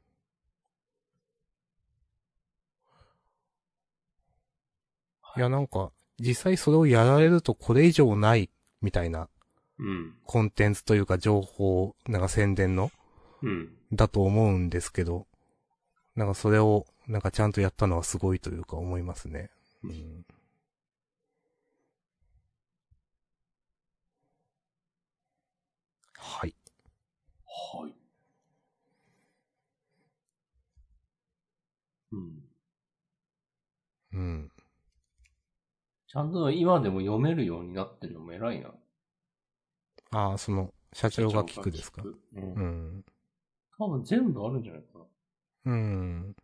S2: いや、なんか、実際それをやられるとこれ以上ない、みたいな
S1: うん。
S2: コンテンツというか情報、なんか宣伝の、
S1: うん。
S2: だと思うんですけど、なんかそれを、なんかちゃんとやったのはすごいというか思いますね。うん。はい。
S1: はい。うん。
S2: うん。
S1: ちゃんと今でも読めるようになってるのも偉いな。
S2: ああ、その、社長が聞くですか
S1: 社。長が聞く
S2: う
S1: うん。
S2: ん。
S1: 多分全部あるんじゃないかな。
S2: うん。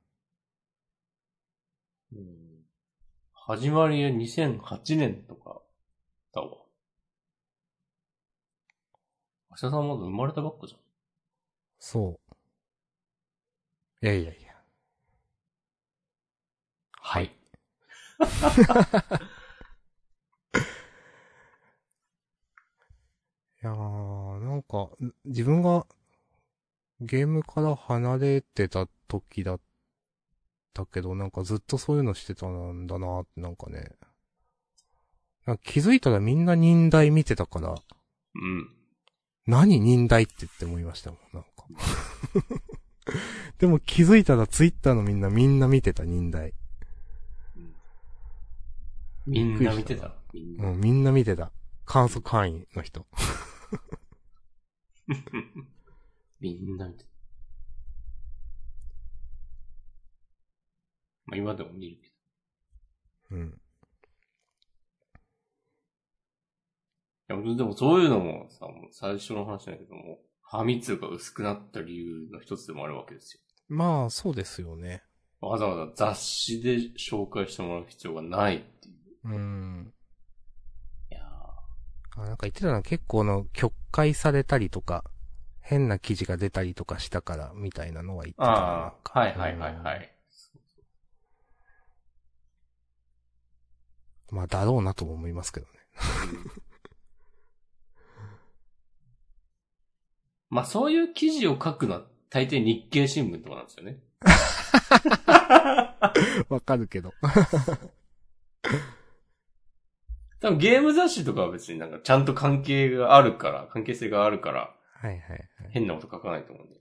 S1: うん。始まりは2008年とかだわ。明日さんまだ生まれたばっかじゃん。
S2: そう。いやいやいや。はい。いやー、なんか、ん自分がゲームから離れてた時だったけど、なんかずっとそういうのしてたんだなって、なんかね。なんか気づいたらみんな忍耐見てたから、
S1: うん。
S2: 何忍耐ってって思いましたもん、なんか。 でも気づいたらツイッターのみんなみんな見てた忍耐。
S1: みんな見て
S2: びっくりしたな。
S1: みん
S2: う
S1: な。
S2: ん、みんな見てた。観測範囲の人。
S1: みんな見てた。まあ今でも見るけど。
S2: うん。
S1: いや、俺でもそういうのもさ、もう最初の話だけども、ファミ通が薄くなった理由の一つでもあるわけです
S2: まあ、そうですよね。
S1: よ。わざわざ雑誌で紹介してもらう必要がないっていう。
S2: うん。
S1: いや
S2: あ、なんか言ってたのは結構あの、曲解されたりとか、変な記事が出たりとかしたから、みたいなのは言ってたな。
S1: ああ、はいはいはいは
S2: うん
S1: い。
S2: まあ、だろうなとも思いますけど ね。
S1: まあそういう記事を書くのは大抵日経新聞とかなんですよね。
S2: わかるけど。
S1: 多分ゲーム雑誌とかは別になんかちゃんと関係があるから、関係性があるから、
S2: はいはいはい。
S1: 変なこと書かないと思うんで。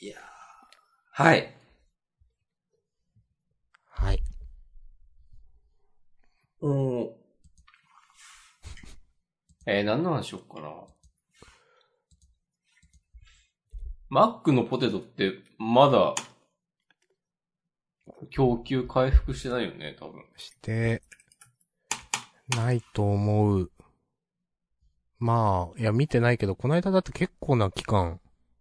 S1: いやーはい。
S2: はい。
S1: おーえー、何の話しよっかな。マックのポテトってまだ供給回復してないよね、多分。
S2: して、ないと思う。まあ、いや、見てないけど、この間だって結構な期間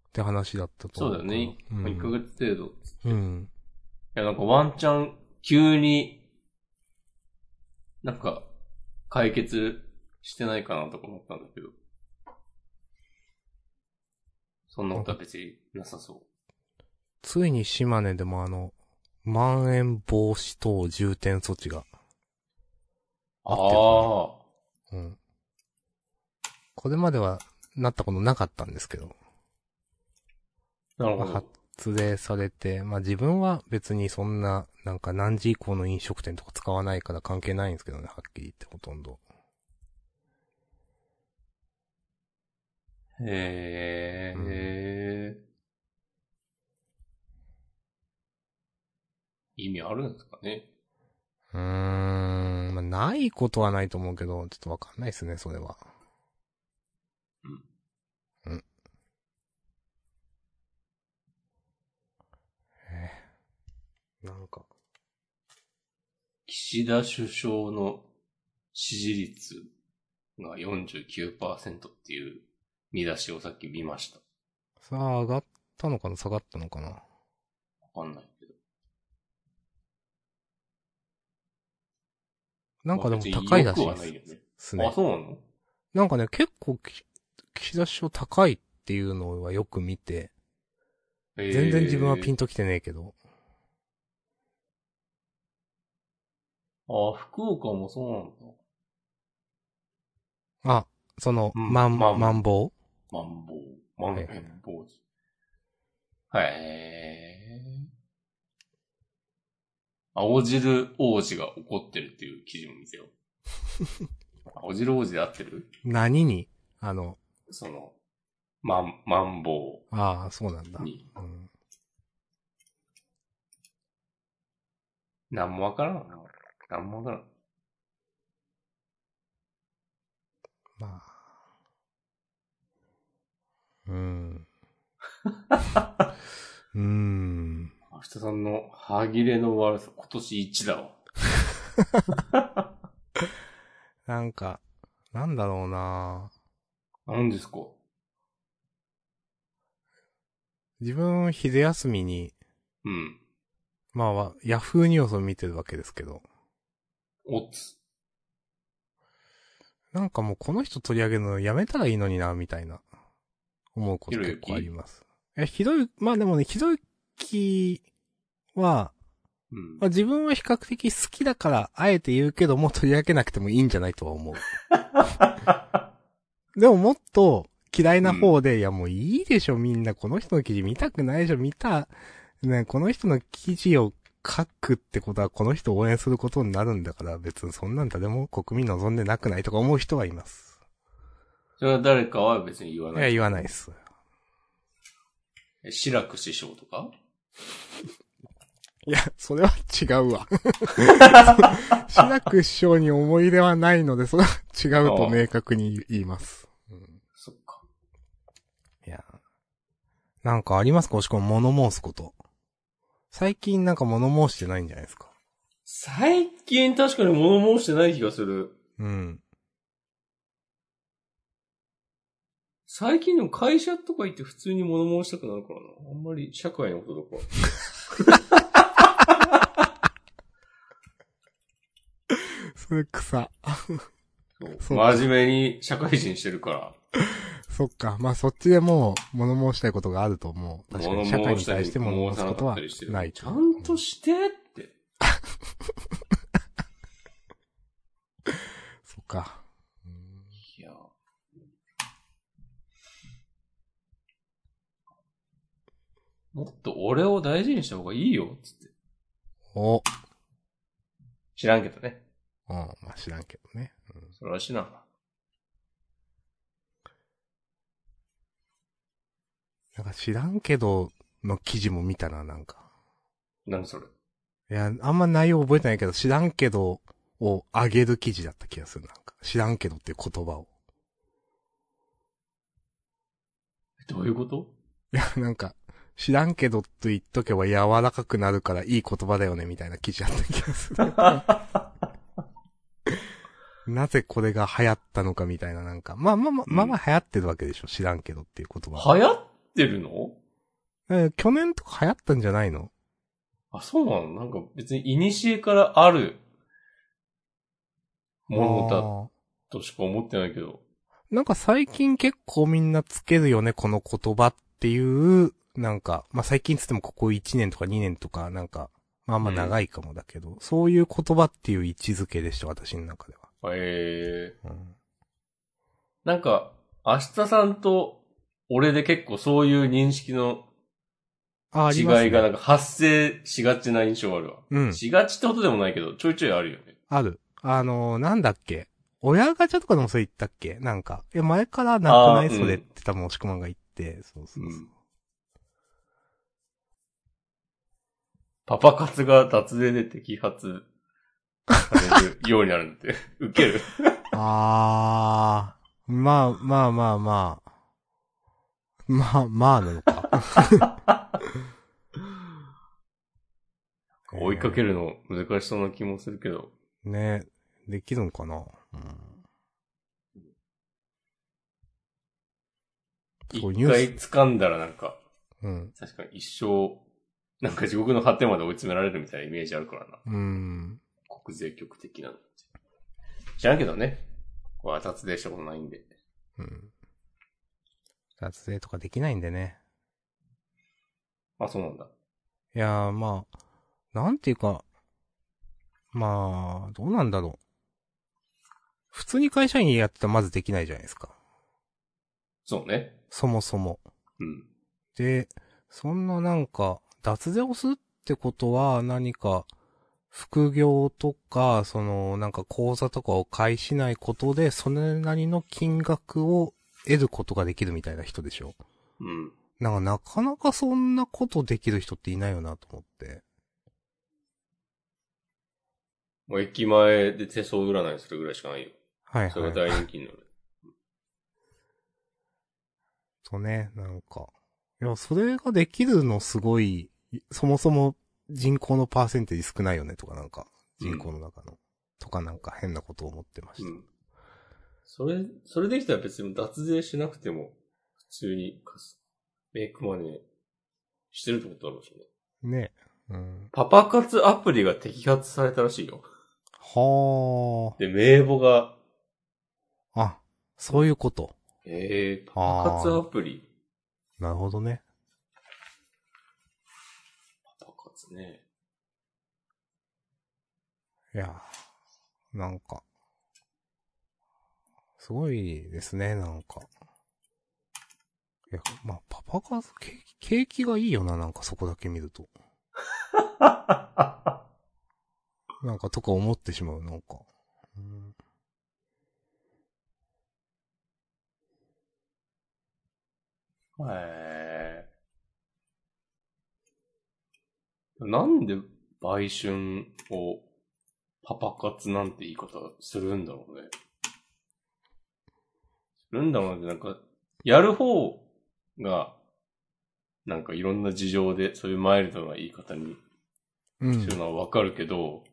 S2: って話だったと
S1: そう
S2: 思
S1: だ
S2: う
S1: よ
S2: から。
S1: ね。
S2: うん
S1: 1ヶ月程度。い
S2: うん。
S1: や、なんかワンチャン、急に、なんか、解決してないかなとか思ったんだけど。そんなことは別になさそう。
S2: ついに島根でもあの、まん延防止等重点措置が。
S1: ああ
S2: 合ってるかうん。これまでは、なったことなかったんですけ
S1: ー、
S2: ど。
S1: なるほ
S2: まあ
S1: ど。
S2: 発令されて、まあ自分は別にそんな、なんか何時以降の飲食店とか使わないから関係ないんですけどね、はっきり言ってほとんど。
S1: へ
S2: うん
S1: え、意味あるんですかね
S2: うーん、まあないことはないと思うけど、ちょっとわかんないですね、それは。うん。うん。えーなんか、
S1: 岸田首相の支持率が49%っていう見出しをさっき見ました。
S2: さあ上がったのかな下がったのかな
S1: わかんないけど。
S2: なんかでも
S1: まあ別に
S2: 高いらし
S1: 良
S2: い
S1: くはないよ
S2: で
S1: ね
S2: すね
S1: あ、。そうなの
S2: なんかね、結構き、岸田首相高いっていうのはよく見て、全然自分はピン
S1: ン。
S2: ときてねえけど。
S1: あ、福岡もそうなんだ。
S2: あ、その、
S1: うん
S2: まん、
S1: まん
S2: まん防
S1: マンボウ。マン
S2: はい
S1: 延防止。へー。青汁王子が怒ってるっていう記事も見 てよ。青汁王子で合ってる
S2: 何にあの、
S1: その、マン、マンボ
S2: ああ、そうなんだ
S1: ウ。に。
S2: うん。
S1: なんもわからんな。なんもわからん。
S2: まあ。 うん。うーん。
S1: 明日さんの歯切れの悪さ、今年一だわ。
S2: なんか、なんだろうな
S1: 何ですか
S2: 自分、昼休みに、
S1: うん。
S2: まあわ、ヤフーニュースを見てるわけですけど、
S1: おつ。
S2: なんかもうこの人取り上げるのやめたらいいのにな、みたいな、思うこと結構あります。え、ひどい、まあでもね、ひどい気は、
S1: うん
S2: まあ、。自分は比較的好きだから、あえて言うけど、もう取り上げなくてもいいんじゃないとは 思う。でももっと嫌いな方で、いやもういいでしょみんな、この人の記事見たくないでしょ見た、ね、この人の記事を書くってことは、この人を応援することになるんだから、別にそんなん誰も国民望んでなくないとか思う人はいます。
S1: それは誰かは別に言わ
S2: い
S1: な
S2: や、
S1: い。
S2: 言わないです。
S1: え志らく師匠とか
S2: いや、それは違うわ。 志らく師匠に思い入れはないので、それは違うと明確に言います。
S1: そっか。
S2: いや。なんかありますか押し込む物申すこと。最近なんか物申してないんじゃないですか。
S1: 最近確かに物申してない気がする。
S2: うん。
S1: 最近でも会社とか行って普通に物申したくなるからな。あんまり社会のこととか。
S2: それ草。
S1: そ
S2: そうう
S1: 真面目に社会人してるから。
S2: そっか。まあそっちでもう物申したいことがあると思う。確か
S1: 物
S2: に
S1: 申
S2: 社会に
S1: したり
S2: 対して物申すことは
S1: 物申さな
S2: な
S1: かったり
S2: い。
S1: してるちゃんとしてって。
S2: そっか。うん
S1: いや。もっと俺を大事にした方がいいよ、つって。
S2: お。うん。
S1: 知らんけどね。
S2: まあ知らんけどね。うん
S1: それは知らんわ。
S2: なんか知らんけどの記事も見たな、なんか。
S1: 何それ。
S2: いや、あんま内容覚えてないけど、知らんけどを上げる記事だった気がする、なんか。知らんけどっていう言葉を。
S1: どういうこと
S2: いや、なんか、知らんけどと言っとけば柔らかくなるからいい言葉だよねみたいな記事あった気がす る。なぜこれが流行ったのかみたいななんか。まあまあまあ、まあまあ流行ってるわけでしょ。知らんけどっていう言葉。
S1: 流行ってるの
S2: えー去年とか流行ったんじゃないの
S1: あ、そうなのなんか別に、いにしえからあるもの
S2: あー
S1: だとしか思ってないけど。
S2: なんか最近結構みんなつけるよね、この言葉っていう、なんか、まあ、最近つってもここ1年とか2年とか、なんか、まああんま長いかもだけど、そういう言葉っていう位置づけでした、私の中では。
S1: ええ
S2: うん
S1: なんか、明日さんと俺で結構そういう認識の
S2: あ、あります、ね。
S1: 違いがなんか発生しがちな印象あるわ。
S2: うん。
S1: しがちってことでもないけど、ちょいちょいあるよね。
S2: ある。あのー、なんだっけ。親ガチャとかでもそれ言ったっけなんか。いや、前からなくない
S1: あーうん
S2: それって多分、押し込まんが言って。そうそう
S1: う
S2: そう。
S1: んパパ活が脱税で摘発されるようになるんだ って。ウケる。
S2: あー。まあ、まあまあまあ。まあ、まあなのか。
S1: 追いかけるの難しそうな気もするけど。
S2: ね。できるんかな、うん、そうニ
S1: 一
S2: ュース
S1: 回掴んだらなんか、
S2: うん。
S1: 確かに一生、なんか地獄の果てまで追い詰められるみたいなイメージあるからな。
S2: うん。
S1: 国税局的なのって。知らんけどね。これは脱税したことないんで。
S2: うん。脱税とかできないんでね。
S1: あ、そうなんだ。
S2: いやー、まあ、なんていうか、まあ、どうなんだろう。普通に会社員やってたらまずできないじゃないですか。
S1: そうね。
S2: そもそも。
S1: うん。
S2: で、そんななんか、脱税をするってことは何か、副業とか、その、なんか口座とかを介しないことで、それなりの金額を得ることができるみたいな人でしょ。
S1: うん。
S2: なんかなかなかそんなことできる人っていないよなと思って。
S1: もう駅前で手相占いするぐらいしかないよ。
S2: はいはい。
S1: それが大人気に なる。
S2: とね、なんか。いや、それができるのすごい、そもそも人口のパーセンテージ少ないよねとかなんか、人口の中の、とかなんか変なことを思ってました。
S1: うん。それ、それできたら別に脱税しなくても、普通にかすメイクマネーしてるってことだろうしね。
S2: ね。うん。
S1: パパ活アプリが摘発されたらしいよ。
S2: は
S1: で、名簿が、
S2: あ。あ、そういうこと。
S1: えー、パパ活アプリ
S2: なるほどね。
S1: パパ活ね。
S2: いや、なんか。すごいですね、なんか。いや、まあ、パパが、ケーキ、景気がいいよな、なんかそこだけ見る と。なんかとか思ってしまう、なんか。うん
S1: へーなんで売春をパパ活なんて言い方するんだろうね。するんだろうね。なんか、やる方が、なんかいろんな事情でそういうマイルドな言い方に
S2: う
S1: す
S2: ん
S1: る。のはわかるけど、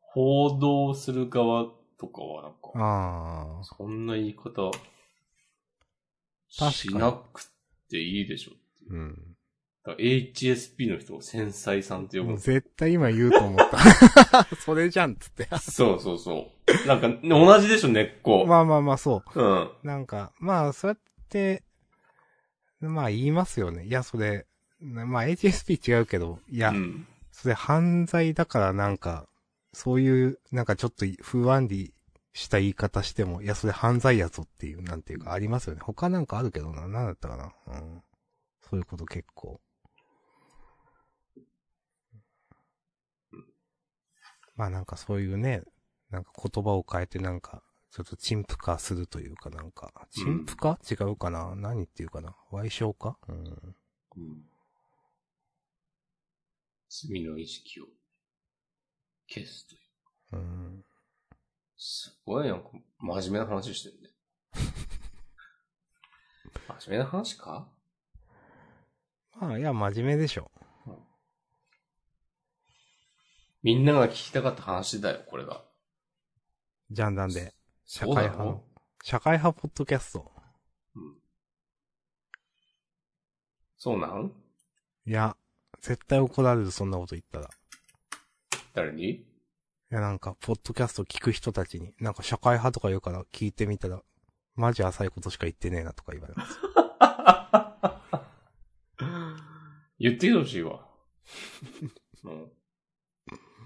S1: 報道する側とかはなんか、
S2: ああ。
S1: そんな言い方
S2: かに
S1: しなくていいでしょ
S2: うん。
S1: だから HSP の人を繊細さんって呼ぶ
S2: も
S1: の
S2: う。絶対今言うと思った。 それじゃん、つって。
S1: そうそうそう。なんか、同じでしょ、根っこ。
S2: まあまあまあ、そう。
S1: うん。
S2: なんか、まあ、そうやって、まあ言いますよね。いや、それ、まあ HSP 違うけど、いや、
S1: うん。
S2: それ犯罪だからなんか、そういう、なんかちょっと不安理した言い方しても、いや、それ犯罪やぞっていう、なんていうかありますよね。他なんかあるけどな、なんだったかな。うん。そういうこと結構。まあなんかそういうね、なんか言葉を変えてなんか、ちょっと陳腐化するというかなんか、陳腐化、違うかな何っていうかな賠償化うん。
S1: 罪の意識を消すという。
S2: うん。
S1: すごいなんか、真面目な話してる ね。真面目な話か
S2: まあ、いや、真面目でしょ。
S1: みんなが聞きたかった話だよ、これが。
S2: ジャンダンで。社
S1: そう
S2: 会
S1: だ
S2: 派の
S1: ろ。
S2: 社会派ポッドキャスト。
S1: そうなん
S2: いや、絶対怒られる、そんなこと言ったら。い
S1: 誰に
S2: や、なんか、ポッドキャスト聞く人たちに、なんか社会派とか言うから聞いてみたら、マジ浅いことしか言ってねえなとか言われます。
S1: 言ってほしい わ。うん。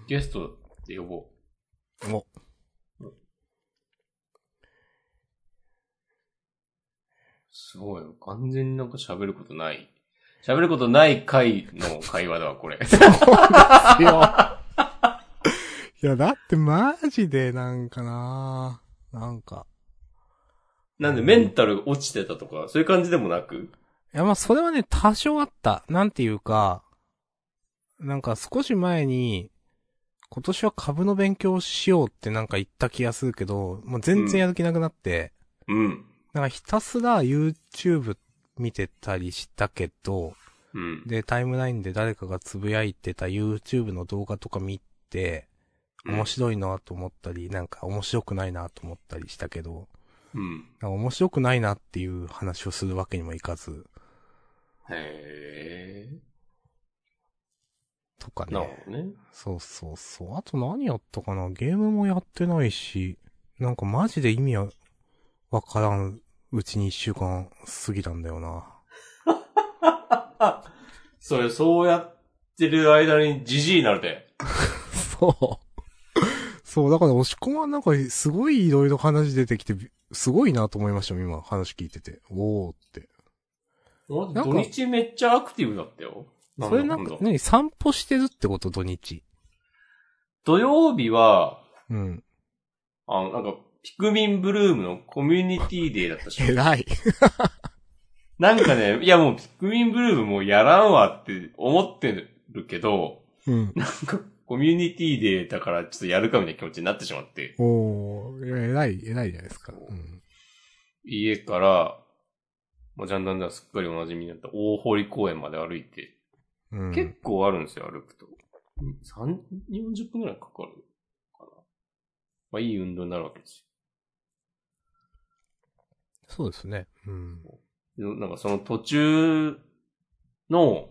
S1: ゲストで呼ぼ
S2: お。
S1: う。すごい。完全になんか喋ることない。喋ることない回の会話だわ、これ。
S2: いや。いや、だってマジでなんかななんか。
S1: なんでメンタル落ちてたとか、そういう感じでもなく
S2: いや、まあ、それはね、多少あった。なんていうか、なんか少し前に、今年は株の勉強をしようってなんか言った気がするけど、もう全然やる気なくなって、
S1: うん。
S2: なんかひたすら YouTube 見てたりしたけど、
S1: うん。
S2: で、タイムラインで誰かがつぶやいてた YouTube の動画とか見て、
S1: うん
S2: 面白いなと思ったり、なんか面白くないなと思ったりしたけど、
S1: うん。
S2: なんか面白くないなっていう話をするわけにもいかず、
S1: へ
S2: とか
S1: ー。なる
S2: ね。
S1: ほどね。
S2: そうそうそう。あと何やったかなゲームもやってないし、なんかマジで意味はわからんうちに一週間過ぎたんだよな。
S1: それ、そうやってる間にジジイになるで。
S2: そう。 そう、だから押し込まんなんかすごいいろいろ話出てきて、びすごいなと思いましたもん、今話聞いてて。おーって。
S1: お
S2: なんか
S1: 土日めっちゃアクティブだったよ。
S2: それなん
S1: だ
S2: か、
S1: だ
S2: 何散歩してるってこと土日。
S1: 土曜日は、
S2: うん。
S1: あの、なんか、ピクミンブルームのコミュニティデーだったし。
S2: 偉い。
S1: なんかね、いやもうピクミンブルームもうやらんわって思ってるけ ど、
S2: うん。
S1: なんかコミュニティデーだからちょっとやるかみたいな気持ちになってしまって、
S2: おー、いや偉い、偉いじゃないですか。うん。
S1: 家から、まあ、ジャンダンではすっかりお馴染みになった大堀公園まで歩いて、
S2: うん、
S1: 結構あるんですよ、歩くと。三40分くらいかかるかな。まあ、いい運動になるわけです
S2: そうですね。うん。
S1: よ。でなんかその途中の、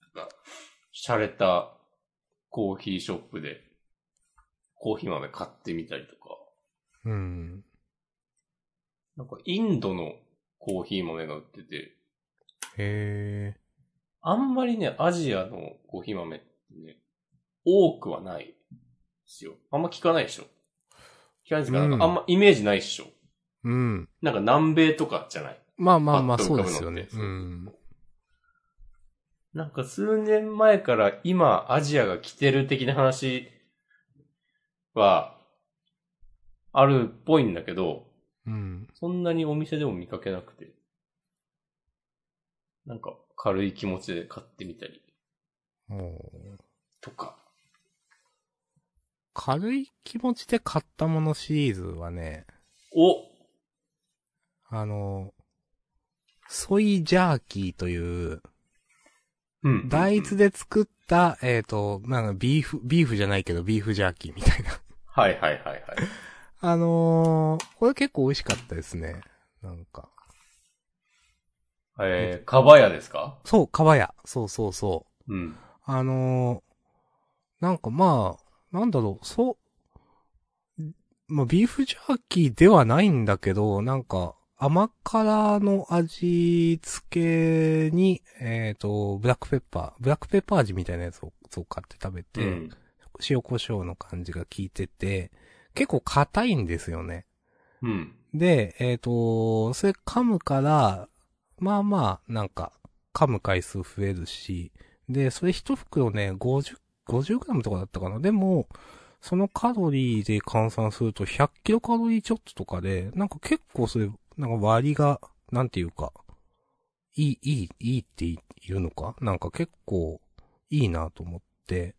S1: なんか、洒落たコーヒーショップで、コーヒー豆買ってみたりとか、
S2: うん。
S1: なんかインドのコーヒー豆が売ってて、
S2: へ
S1: あんまりね、アジアのコーヒー豆ってね、多くはないですよ。あんま聞かないでしょ。聞かないですか、
S2: うん
S1: なんかあんまイメージないでしょ。
S2: ー。うん。
S1: なんか南米とかじゃない。
S2: まあまあまあ、
S1: パッ
S2: そ
S1: と浮
S2: う
S1: か
S2: で
S1: ぶのって
S2: すよね。うん。
S1: なんか数年前から今アジアが来てる的な話は、あるっぽいんだけど、
S2: うん。
S1: そんなにお店でも見かけなくて。なんか軽い気持ちで買ってみたり
S2: もう、
S1: とか。
S2: 軽い気持ちで買ったものシリーズはね、
S1: お
S2: あの、ソイジャーキーという、
S1: うん
S2: 大豆で作った、えっ、と、なんかビーフ、ビーフじゃないけど、ビーフジャーキーみたいな。
S1: はいはいはいはい。
S2: あのー、これ結構美味しかったですね。なんか。
S1: えー、かばやですか
S2: そう、皮屋。そうそうそう。
S1: うん。
S2: あのーなんかまあ、なんだろう、そう、まあ、ビーフジャーキーではないんだけど、なんか、甘辛の味付けに、えっ、と、ブラックペッパー、ブラックペッパー味みたいなやつを、そう買って食べて、
S1: うん。
S2: 塩胡椒の感じが効いてて、結構硬いんですよね。
S1: うん。
S2: で、えっ、と、それ噛むから、まあまあ、なんか、噛む回数増えるし、で、それ一袋ね、50、50グラムとかだったかな。でも、そのカロリーで換算すると100キロカロリーちょっととかで、なんか結構それ、なんか割が、なんていうか、いい、いい、いいって言うのかなんか結構いいなと思って。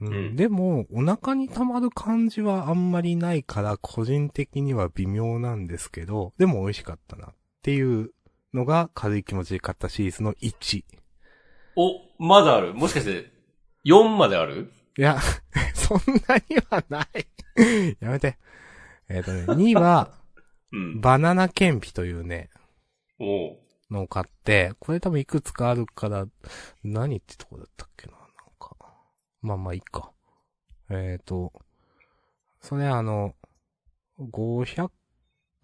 S2: うん
S1: うん
S2: でも、お腹に溜まる感じはあんまりないから、個人的には微妙なんですけど、でも美味しかったなっていうのが軽い気持ちで買ったシリーズの1。
S1: お、まだある。もしかして、4まである
S2: いや、 そんなにはない。 やめて。えっ、とね、2は、
S1: うん。
S2: バナナケンピというね、
S1: おう
S2: のを買って、これ多分いくつかあるから、何ってとこだったっけな、なんか。まあまあいいか。えっ、ー、と、それあの、500、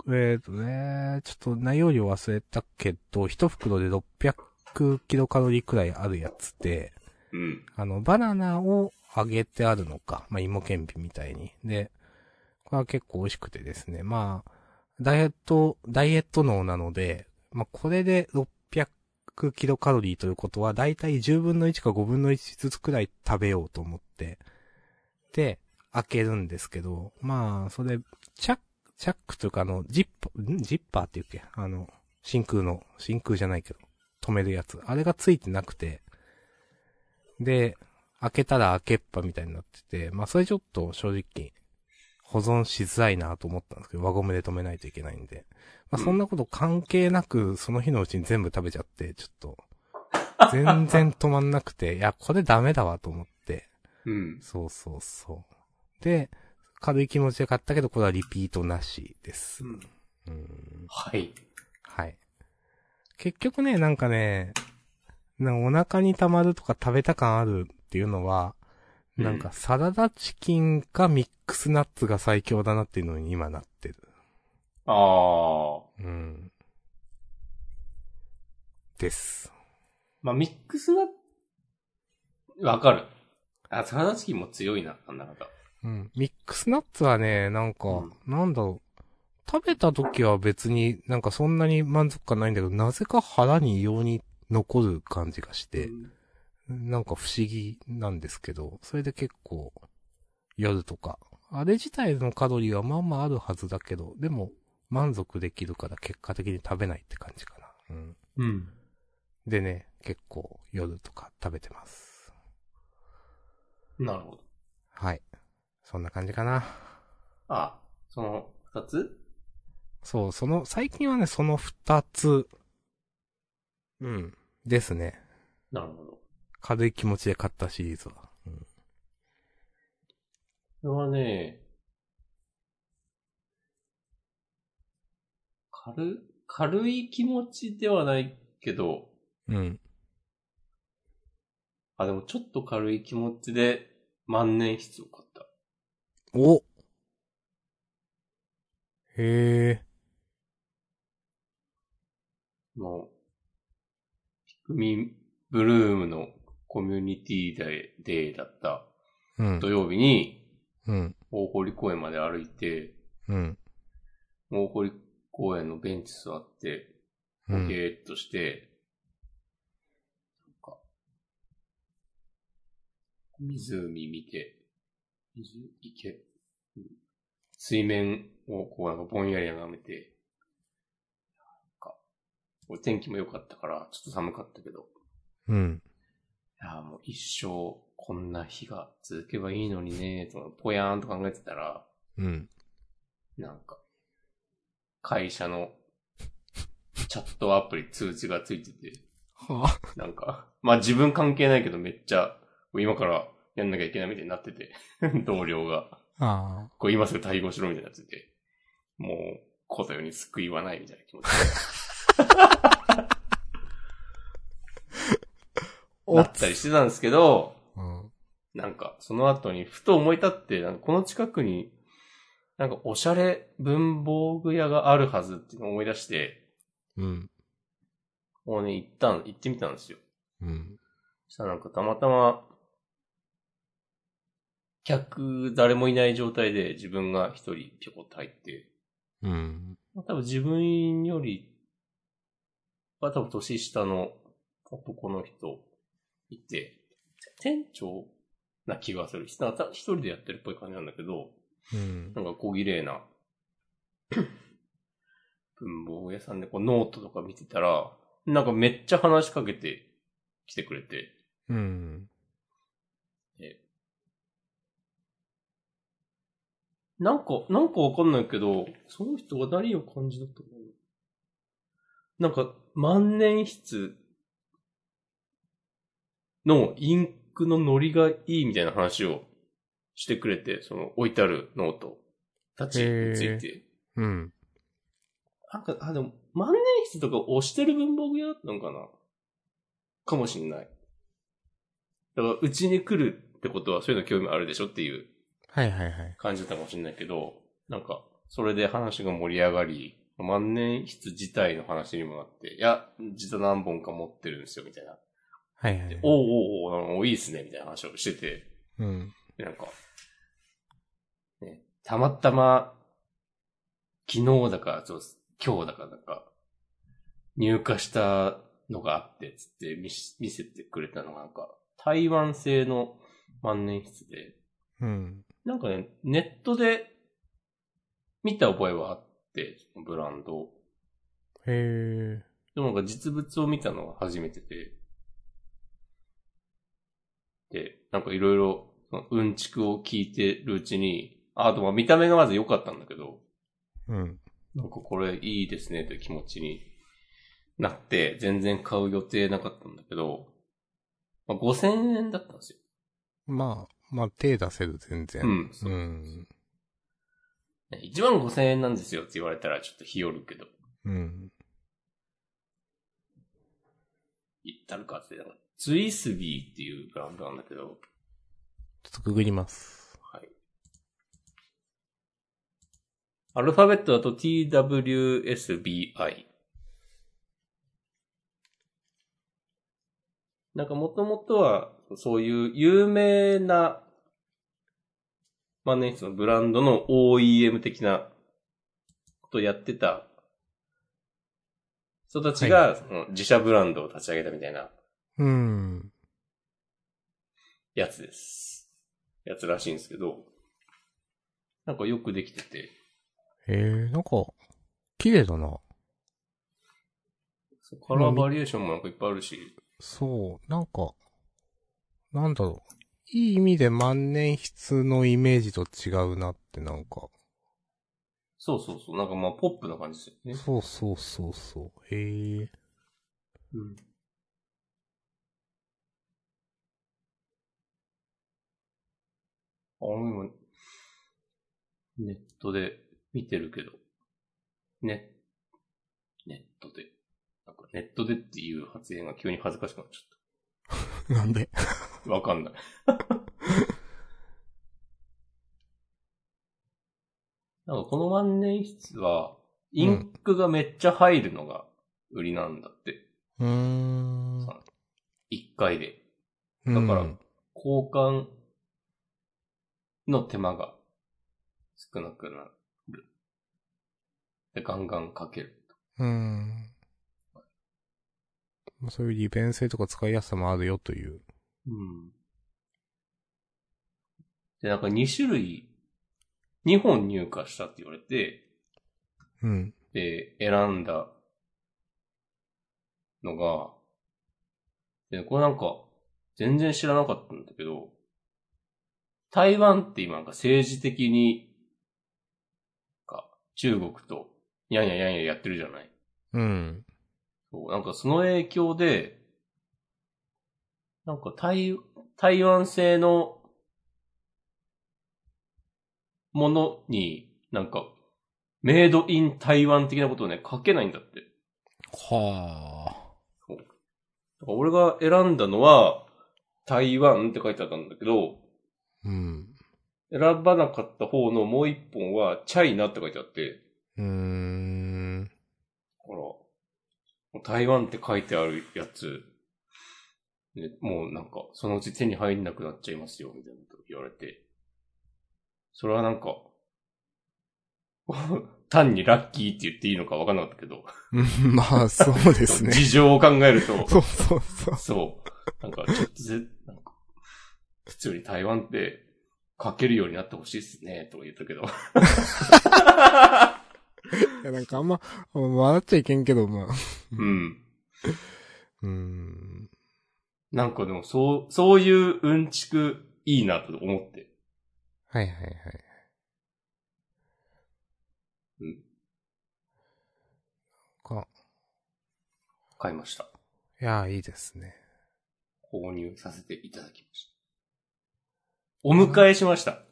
S2: えっ、ー、とね、ちょっと内容量忘れたけど、一袋で600キロカロリーくらいあるやつで、
S1: うん。
S2: あの、バナナを揚げてあるのか。まあ、芋けんぴみたいに。で、これは結構美味しくてですね。まあ、ダイエット、ダイエット脳なので、まあ、これで600キロカロリーということは、だいたい10分の1か5分の1ずつくらい食べようと思って、で、開けるんですけど、まあ、それ、チャック、チャックというかあの、ジッパー、んジッパーっていうっけあの、真空の、真空じゃないけど、止めるやつ。あれがついてなくて、で、開けたら開けっぱみたいになってて、まあそれちょっと正直、保存しづらいなと思ったんですけど、輪ゴムで止めないといけないんで。まあそんなこと関係なく、その日のうちに全部食べちゃって、ちょっと、全然止まんなくて、いや、これダメだわと思って。
S1: うん。
S2: そうそうそう。で、軽い気持ちで買ったけど、これはリピートなしです。うん
S1: はい。
S2: はい。結局ね、なんかね、なお腹に溜まるとか食べた感あるっていうのは、
S1: うん
S2: なんかサラダチキンかミックスナッツが最強だなっていうのに今なってる。
S1: ああ。
S2: うん。です。
S1: まあ、ミックスは、わかる。あ、サラダチキンも強いな、なんだかんだ。
S2: うん。ミックスナッツはね、なんか、
S1: うん
S2: なんだろう。食べた時は別になんかそんなに満足感ないんだけど、なぜか腹に異様に残る感じがして、なんか不思議なんですけど、それで結構、夜とか。あれ自体のカロリーはまあまああるはずだけど、でも満足できるから結果的に食べないって感じかな。うん。
S1: うん。
S2: でね、結構夜とか食べてます。
S1: なるほど。
S2: はい。そんな感じかな。
S1: あ、その、二つ
S2: そう、その、最近はね、その二つ。うん。ですね。
S1: なるほど。
S2: 軽い気持ちで買ったシリーズは。うん。
S1: これはね、軽、軽い気持ちではないけど、
S2: うん。
S1: あ、でもちょっと軽い気持ちで万年筆を買った。
S2: おへえ。
S1: の、ピクミンブルームのコミュニティデーデーだった
S2: うん
S1: 土。曜日に
S2: うん。
S1: 大堀公園まで歩いて、
S2: うん。
S1: 大堀公園のベンチ座って、
S2: う
S1: ボケ
S2: ん。
S1: ーっとして、なんか、湖見て、水、池、うん水面をこうなんかぼんやり眺めて、なんか、お天気も良かったから、ちょっと寒かったけど、
S2: うん。
S1: いやーもう一生こんな日が続けばいいのにね、とぽやーんと考えてたら、
S2: うん。
S1: なんか、会社のチャットアプリ通知がついてて、
S2: は
S1: なんか、まあ自分関係ないけどめっちゃ、こう今からやんなきゃいけないみたいになって て、同僚が、
S2: あ。あ
S1: こう今すぐ対応しろみたいになってて、もう、ことよに救いはないみたいな気持ちになったりしてたんですけど、
S2: あ。うん。
S1: なんか、その後にふと思い立って、なんかこの近くに、なんかおしゃれ文房具屋があるはずっていうのを思い出して、
S2: うん。
S1: もうね、行ったん、行ってみたんですよ。
S2: うん。
S1: そしたらなんかたまたま、客誰もいない状態で自分が一人ぴょこっと入って、
S2: うん。
S1: まあ、多分自分より、まあ多分年下の男の人いて、店長な気がする。なんかた一人でやってるっぽい感じなんだけど、
S2: うん
S1: なんか小綺麗な 文房具屋さんでこうノートとか見てたら、なんかめっちゃ話しかけてきてくれて、
S2: うん。
S1: なんか、なんかわかんないけど、その人が何を感じだったのなんか、万年筆のインクのノリがいいみたいな話をしてくれて、その置いてあるノートたちについて。
S2: うん。
S1: なんか、あ、でも、万年筆とか押してる文房具屋だったのかなかもしんない。だから、うちに来るってことはそういうの興味あるでしょっていう
S2: はいはいはい。
S1: 感じだったかもしれないけど、なんか、それで話が盛り上がり、万年筆自体の話にもなって、いや、実は何本か持ってるんですよ、みたいな。
S2: はいはい。
S1: おうおうおうあのいいっすね、みたいな話をしてて、
S2: うん。
S1: でなんか、ね、たまたま、昨日だか、そう今日だか、なんか、入荷したのがあって、つって見し見せてくれたのが、なんか、台湾製の万年筆で、
S2: うん。
S1: なんかね、ネットで見た覚えはあって、そのブランドを
S2: へえ。
S1: でもなんか実物を見たのが初めてで、で、なんかいろいろ、そのうんちくを聞いてるうちに、あ、あとまあ見た目がまず良かったんだけど、
S2: うん。
S1: なんかこれいいですねという気持ちになって、全然買う予定なかったんだけど、まあ、5000円だったんですよ。
S2: まあ、まあ手出せる全然。
S1: うん。
S2: う。
S1: そうん1万5000円なんですよって言われたらちょっと日和るけど、
S2: うん。
S1: 言ったるかって、なんかツイスビーっていうブランドなんだけど、
S2: ちょっとググります。
S1: アルファベットだと TWSBI。なんかもともとは、そういう有名な、マネージのブランドの OEM 的なことをやってた人たちが、その自社ブランドを立ち上げたみたいな
S2: うん。
S1: やつです。やつらしいんですけど、なんかよくできてて、
S2: へえ、なんか、綺麗だな。
S1: そうカラーバリエーションもなんかいっぱいあるし、
S2: そう、なんか、なんだろう。いい意味で万年筆のイメージと違うなってなんか。
S1: そうそうそう。なんかまあ、ポップな感じですよね。
S2: そうそうそうそう。へえ。
S1: うん。あ、今、ネットで見てるけど、ね、ネットで。なんかネットでっていう発言が急に恥ずかしくなっちゃっ
S2: なんで
S1: た。わかんない。なんかこの万年筆は、インクがめっちゃ入るのが売りなんだって。
S2: うーん。だ
S1: 一回で。だから、交換の手間が少なくなる。で、ガンガンかける。
S2: うん。まあそういう利便性とか使いやすさもあるよという。
S1: うん。で、なんか2種類、2本入荷したって言われて、
S2: うん。
S1: で、選んだのが、で、これなんか、全然知らなかったんだけど、台湾って今なんか政治的に、か、中国と、やんややんややってるじゃない。
S2: うん。
S1: そう、なんかその影響で、なんか台、台湾製のものに、なんか、メイドイン台湾的なことをね、書けないんだって。
S2: は
S1: だから俺が選んだのは、台湾って書いてあったんだけど、
S2: あ。うん。
S1: 選ばなかった方のもう一本は、チャイナって書いてあって、
S2: うーん。
S1: ほら、もう台湾って書いてあるやつ、ね、もうなんか、そのうち手に入んなくなっちゃいますよ、みたいなこと言われて。それはなんか、 単にラッキーって言っていいのかわかんなかったけど、
S2: うんまあ、そうですね。
S1: 事情を考えると、
S2: そうそうそう。
S1: そう。なんか、ちょっとぜ、なんか、普通に台湾って書けるようになってほしいっすね、とか言ったけど。
S2: いや、なんかあんま、笑っちゃいけんけど、まあ。
S1: うん。
S2: うーん。
S1: なんかでも、そう、そういううんちくいいなと思って。
S2: はいはいはい。
S1: うん。
S2: か、
S1: 買いました。
S2: いや、いいですね。
S1: 購入させていただきました。お迎えしました。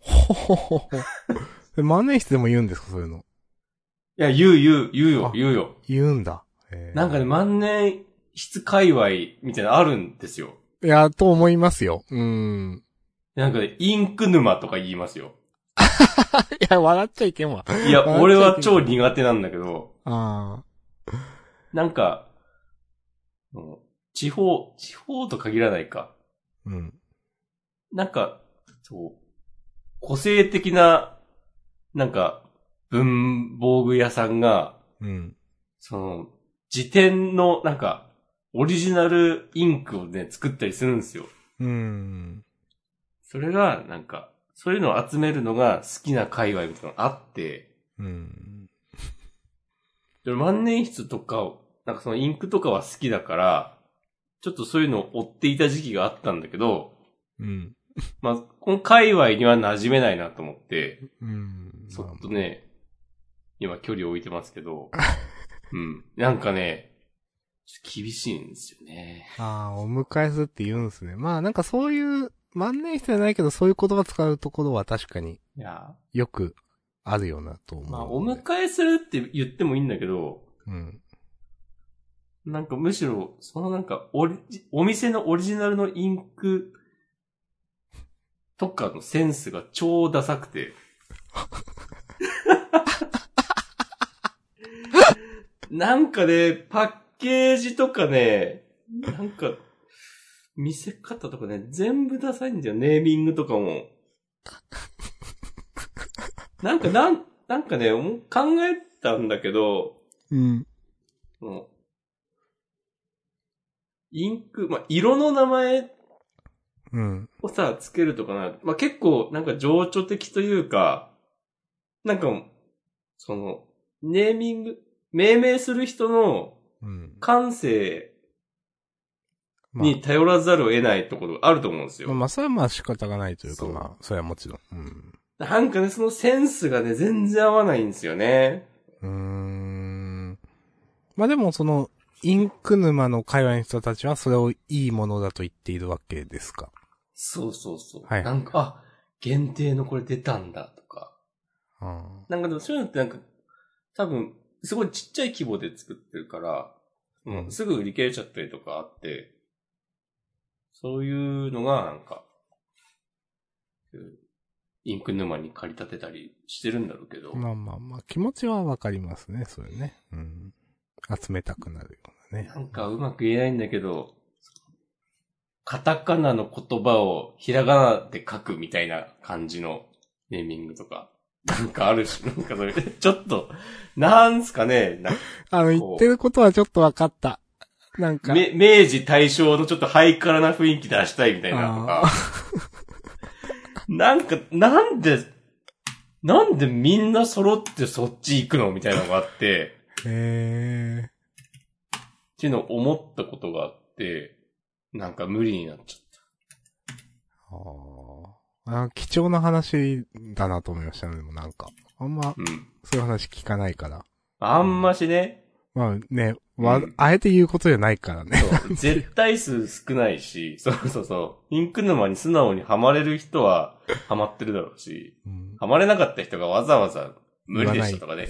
S2: ほほほほ。え万年筆でも言うんですか、そういうの。
S1: いや、言う言う、言うよ
S2: あ、
S1: 言うよ。
S2: 言うんだ。えー
S1: なんかね、万年筆界隈みたいなのあるんですよ。
S2: いや、と思いますよ。うーん。
S1: なんかね、インク沼とか言いますよ。
S2: いや、笑っちゃいけんわ。
S1: い や、
S2: あ
S1: 俺は超苦手なんだけど、
S2: あ
S1: なんか、うん地方、地方と限らないか。
S2: ーうん。
S1: なんか、そう、個性的な、なんか、文房具屋さんが、
S2: うん。
S1: その、辞典の、なんか、オリジナルインクをね、作ったりするんですよ。
S2: うん。
S1: それが、なんか、そういうのを集めるのが好きな界隈みたいなのがあって、
S2: うん。
S1: で万年筆とかを、なんかそのインクとかは好きだから、ちょっとそういうのを追っていた時期があったんだけど、
S2: うん。
S1: まあ、この界隈には馴染めないなと思って、
S2: うん。
S1: そっとね、今距離を置いてますけ ど、うん。なんかね、ちょっと厳しいんですよね。
S2: ああ、お迎えするって言うんですね。まあなんかそういう、万年筆じゃないけどそういう言葉使うところは確かに
S1: いや、
S2: よくあるよなと思う。
S1: まあ、お迎えするって言ってもいいんだけど、
S2: うん。
S1: なんかむしろ、そのなんかオリジ、お店のオリジナルのインクとかのセンスが超ダサくて。なんかね、パッケージとかね、なんか、見せ方とかね、全部ダサいんだよ、ネーミングとかも。なんか、なん、なんかね、もう考えたんだけど、
S2: うん。
S1: そのインク、まあ、色の名前
S2: うん。
S1: をさ、つけるとかな、まあ、結構なんか情緒的というか、なんか、その、ネーミング、命名する人の
S2: うん。
S1: 感性
S2: まあ
S1: に頼らざるを得ないところがあると思うんですよ。
S2: まあ、まあ、それはまあ仕方がないというか、
S1: そう
S2: まあ、それはもちろん。うん。
S1: なんかね、そのセンスがね、全然合わないんですよね。
S2: うーん。まあでもその、インク沼の界隈の人たちはそれをいいものだと言っているわけですか。
S1: そうそうそう。
S2: はい
S1: なんか、あ、限定のこれ出たんだとか。
S2: あ
S1: なんかでもそういうのってなんか、多分、すごいちっちゃい規模で作ってるから、もうすぐ売り切れちゃったりとかあって、そういうのがなんか、うんインク沼に駆り立てたりしてるんだろうけど、
S2: あまあまあまあ、気持ちはわかりますね、それね。うん。集めたくなるようなね。
S1: なんかうまく言えないんだけど、カタカナの言葉をひらがなで書くみたいな感じのネーミングとか、なんかあるし、なんかそれ、ちょっと、なんすかね、なんか
S2: あの、言
S1: こう
S2: ってることはちょっと分かった。なんか、
S1: め明治大正のちょっとハイカラな雰囲気出したいみたいなとか。 なんか、なんで、なんでみんな揃ってそっち行くのみたいなのがあって、
S2: え
S1: っていうのを思ったことがあって、なんか無理になっちゃっ
S2: ー。あーあ。貴重な話だなと思いましたね、でもなんか。あんま、
S1: た。うん。
S2: そういう話聞かないから。
S1: あんましね、
S2: まあね、わ、
S1: うん
S2: あえて言うことじゃないから ね。
S1: そう絶対数少ないし、そうそうそう、インク沼に素直にハマれる人はハマってるだろうし、
S2: うん。
S1: ハマれなかった人がわざわざ無理でしたとかね、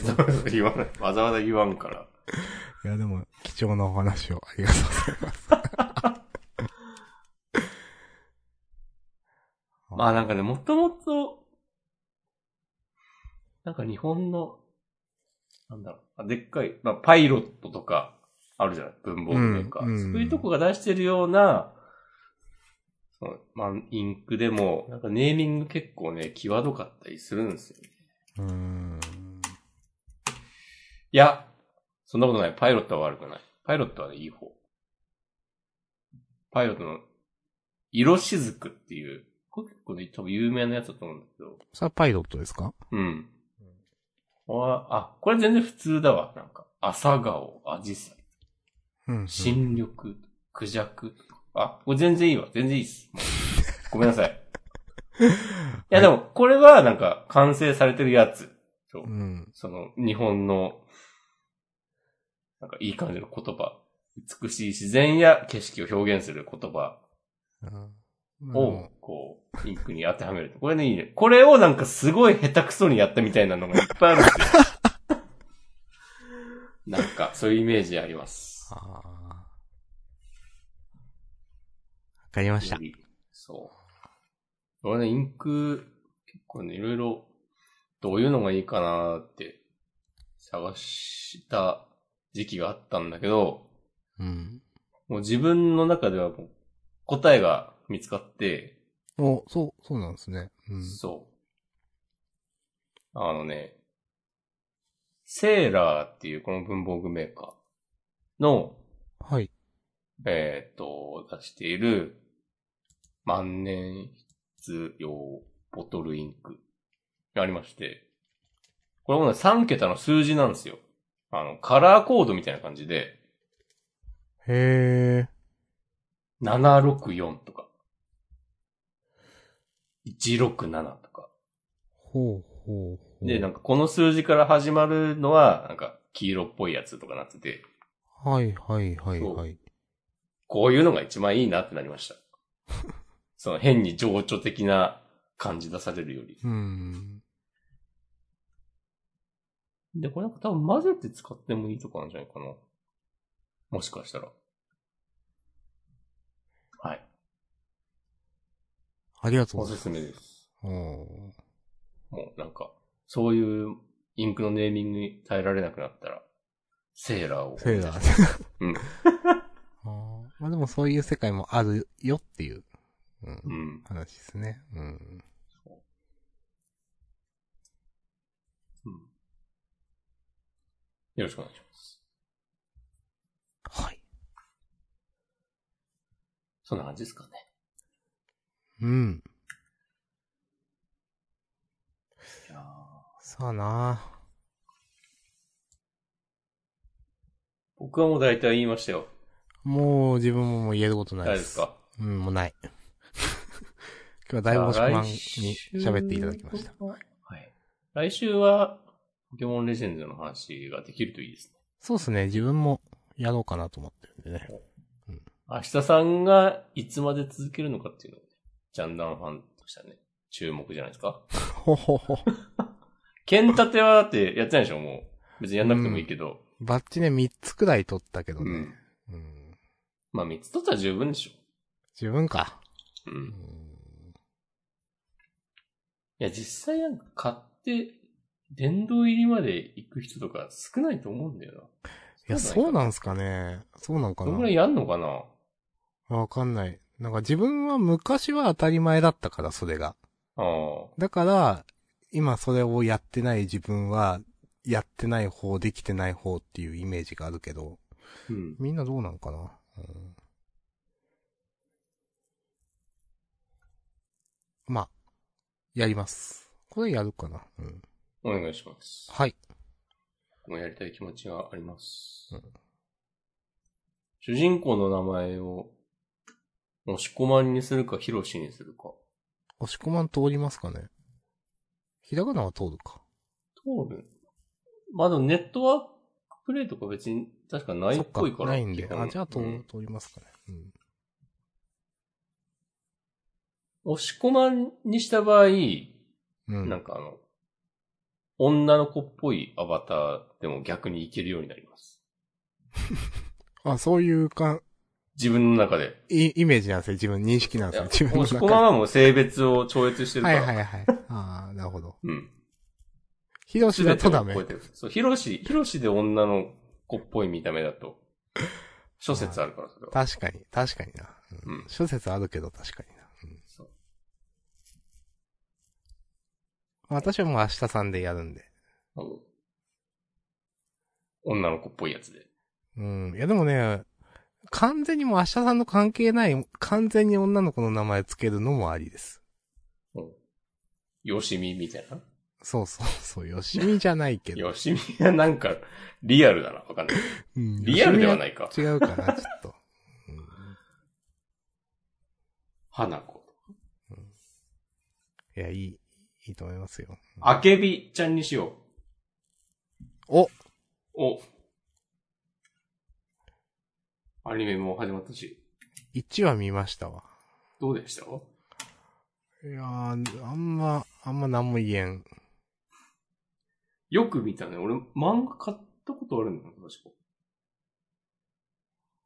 S2: 言わ
S1: 言わない。わざわざ言わんから。
S2: いや、でも、貴重なお話をありがとうございます。
S1: まあなんかね、もともと、なんか日本の、なんだろう、あでっかい、まあパイロットとか、あるじゃない文房具とか、
S2: うんうん
S1: そういうとこが出してるような、そのまあ、インクでも、なんかネーミング結構ね、際どかったりするんですよね。
S2: うーん。
S1: いや、そんなことない。パイロットは悪くない。パイロットはね、いい方。パイロットの、色しずくっていう、これ結構ね、多分有名なやつだと思うんだけど、
S2: さあ、パイロットですか
S1: うん。あ、あこれ全然普通だわ。なんか、朝顔、アジサイ、
S2: うん
S1: 新緑、クジャク。あ、これ全然いいわ。全然いいっ す。ごめんな さい。いや、でも、これはなんか、完成されてるやつ。そう
S2: うん。
S1: その、日本の、なんか、いい感じの言葉美しい自然や景色を表現する言葉
S2: うん
S1: を、こう、ピンクに当てはめる。これね、いいね。これをなんかすごい下手くそにやったみたいなのがいっぱいあるんですよ。 なんか、そういうイメージあります。
S2: ああ。わかりました
S1: よ。りそう。これね、インク、結構ね、いろいろ、どういうのがいいかなーって、探した時期があったんだけど、
S2: うん。
S1: もう自分の中ではもう答えが見つかって、
S2: お、そう、そうなんですね。うん。
S1: そう。あのね、セーラーっていうこの文房具メーカーの、
S2: はい。
S1: えっ、と、出している万年筆用ボトルインクがありまして、これもね、3桁の数字なんですよ。あの、カラーコードみたいな感じで、
S2: へえ。
S1: 764とか、167とか。
S2: ほうほうほう。
S1: で、なんかこの数字から始まるのは、なんか黄色っぽいやつとかなってて、
S2: はいはいはいはい。
S1: こういうのが一番いいなってなり ました。その変に情緒的な感じ出されるより。
S2: うん。
S1: で、これなんか多分混ぜて使ってもいいとかなんじゃないかな。もしかしたら。はい。
S2: ありがとう
S1: お
S2: ござい
S1: す
S2: ます
S1: すめです。
S2: す。お
S1: もうなんか、そういうインクのネーミングに耐えられなくなったら、セーラーを。
S2: ーセーラ
S1: ー。
S2: ー。
S1: うん。
S2: あーまあでもそういう世界もあるよっていう、うん、
S1: うん。
S2: 話ですね。うん。
S1: うんよろしくお願いします。
S2: はい。
S1: そんな感じですかね。
S2: うん。
S1: いやー
S2: さあな
S1: 僕はもう大体言いましたよ。
S2: もう自分ももう言えることない
S1: 大
S2: で
S1: 丈夫
S2: す。
S1: ですか
S2: うん、もうない。 今日はだいぶ不満に喋っていただきました。。
S1: はい。来週は、ポケモンレジェンドの話ができるといいですね。
S2: そうですね、自分もやろうかなと思ってるんでね。
S1: 明日さんがいつまで続けるのかっていうのをね、ジャンダンファンとしたらね、注目じゃないですか。
S2: ほほほ。
S1: 剣立てはだってやってないでしょ、もう。別にやんなくてもいいけど。
S2: バッチね、3つくらい取ったけど
S1: う
S2: ね
S1: ん。
S2: うん。
S1: まあ3つ取ったら十分でし
S2: 自分か。
S1: ょ。う。
S2: うんん
S1: いや、実際なんか買って、殿堂入りまで行く人とか少ないと思うんだよな。
S2: いや、そう
S1: の
S2: なんすかね。そうなのか
S1: ど
S2: なん
S1: ぐらいやんのかな
S2: わかんない。なんか自分は昔は当たり前だったから、それが。
S1: ああ。
S2: だから、今それをやってない自分は、やってない方、できてない方っていうイメージがあるけど、
S1: うん。
S2: みんなどうなんかな。うん、まあ、やります。これやるかな。うん、
S1: お願いします。
S2: はい。
S1: もうやりたい気持ちがあります。
S2: うん
S1: 主人公の名前を、押し込まんにするか、ヒロシにするか。
S2: 押し込まん通りますかね。ひらがなは通るか。
S1: 通るまあでもネットワークプレイとか別に確かない
S2: そ
S1: っぽいから。
S2: ないんで
S1: 基。本
S2: あ、じゃあ通,、
S1: うん
S2: 通りますかね。うん。
S1: 押し込まんにした場合、
S2: うん。
S1: なんかあの、女の子っぽいアバターでも逆にいけるようになります。
S2: あ、そういうか、
S1: 自分の中で。
S2: イイメージなんですよ。自分、認識なんですよ。自分の
S1: 押し
S2: 中
S1: 込まんはもう性別を超越してるか
S2: は
S1: ら。
S2: いはいはい。ああ、なるほど。
S1: うん。
S2: ヒロ
S1: す
S2: シ
S1: べ
S2: だ
S1: て
S2: と
S1: を
S2: ダ
S1: 超
S2: メ
S1: え。てる。そう、ヒロシ、ヒロシで女の子っぽい見た目だと、諸説あるから、それは。
S2: 確かに、確かにな。うん
S1: うん
S2: 諸説あるけど確かにな。うん
S1: そう
S2: 私はもう明日さんでやるんで。
S1: うん女の子っぽいやつで。
S2: うん。いやでもね、完全にもう明日さんの関係ない、完全に女の子の名前つけるのもありです。
S1: よしみみたいな。
S2: そうそうそう、よしみじゃないけど。
S1: よしみはなんか、リアルだな。わかんない。
S2: うん。
S1: リアルではないいか。
S2: 違うかな、ちょっと。うん
S1: 花子。
S2: いや、いい、いいと思いますよ。
S1: あけびちゃんにしよ
S2: お
S1: う。お、アニメも始まったし。
S2: 1話見ましたわ。
S1: どうでした
S2: いやー、あんま、あんま何も言えん。
S1: よく見たね。俺、漫画買ったことあるんだよ、確か。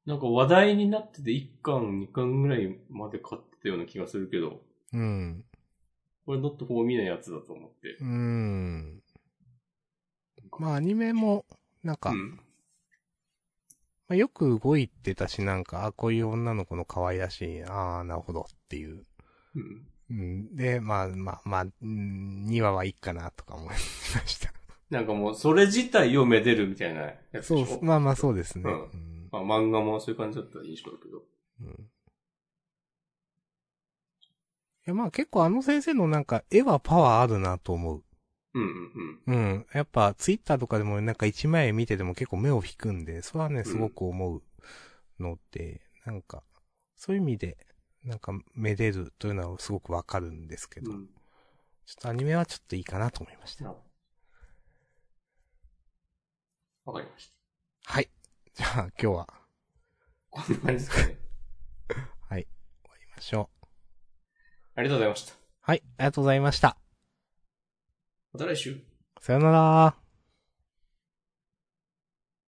S1: なんか話題になってて1巻、2巻ぐらいまで買ってたような気がするけど、
S2: うん。
S1: これノットフォーミーなやつだと思って。
S2: うーん。まあ、アニメも、なんか、
S1: うん。
S2: まあ、よく動いてたし、なんか、あ、こういう女の子の可愛らしい、ああ、なるほどっていう。
S1: うん。
S2: うん、で、まあまあまあ、うん2話はいいかなとか思いました。
S1: なんかもう、それ自体をめでるみたいなやつ
S2: そ
S1: で
S2: う
S1: しょ、
S2: まあまあそうですね。
S1: うん
S2: うん
S1: まあ、漫画もそういう感じだった印象だけど。
S2: うんいやまあ結構あの先生のなんか絵はパワーあるなと思う。
S1: うんうん
S2: うん。やっぱツイッターとかでもなんか一枚見てても結構目を引くんで、それはね、すごく思うので、なんか、そういう意味で、なんかめでるというのはすごくわかるんですけ
S1: う
S2: ど、
S1: ん。う
S2: ちょ
S1: ん。
S2: っとアニメはちょっといいかなと思いました。
S1: なわかりました。
S2: はい。じゃあ今日は
S1: こんな感じですかね。
S2: 終わりましょう。
S1: ありがとうございました。
S2: はい、ありがとうございました。
S1: また来週。
S2: さよなら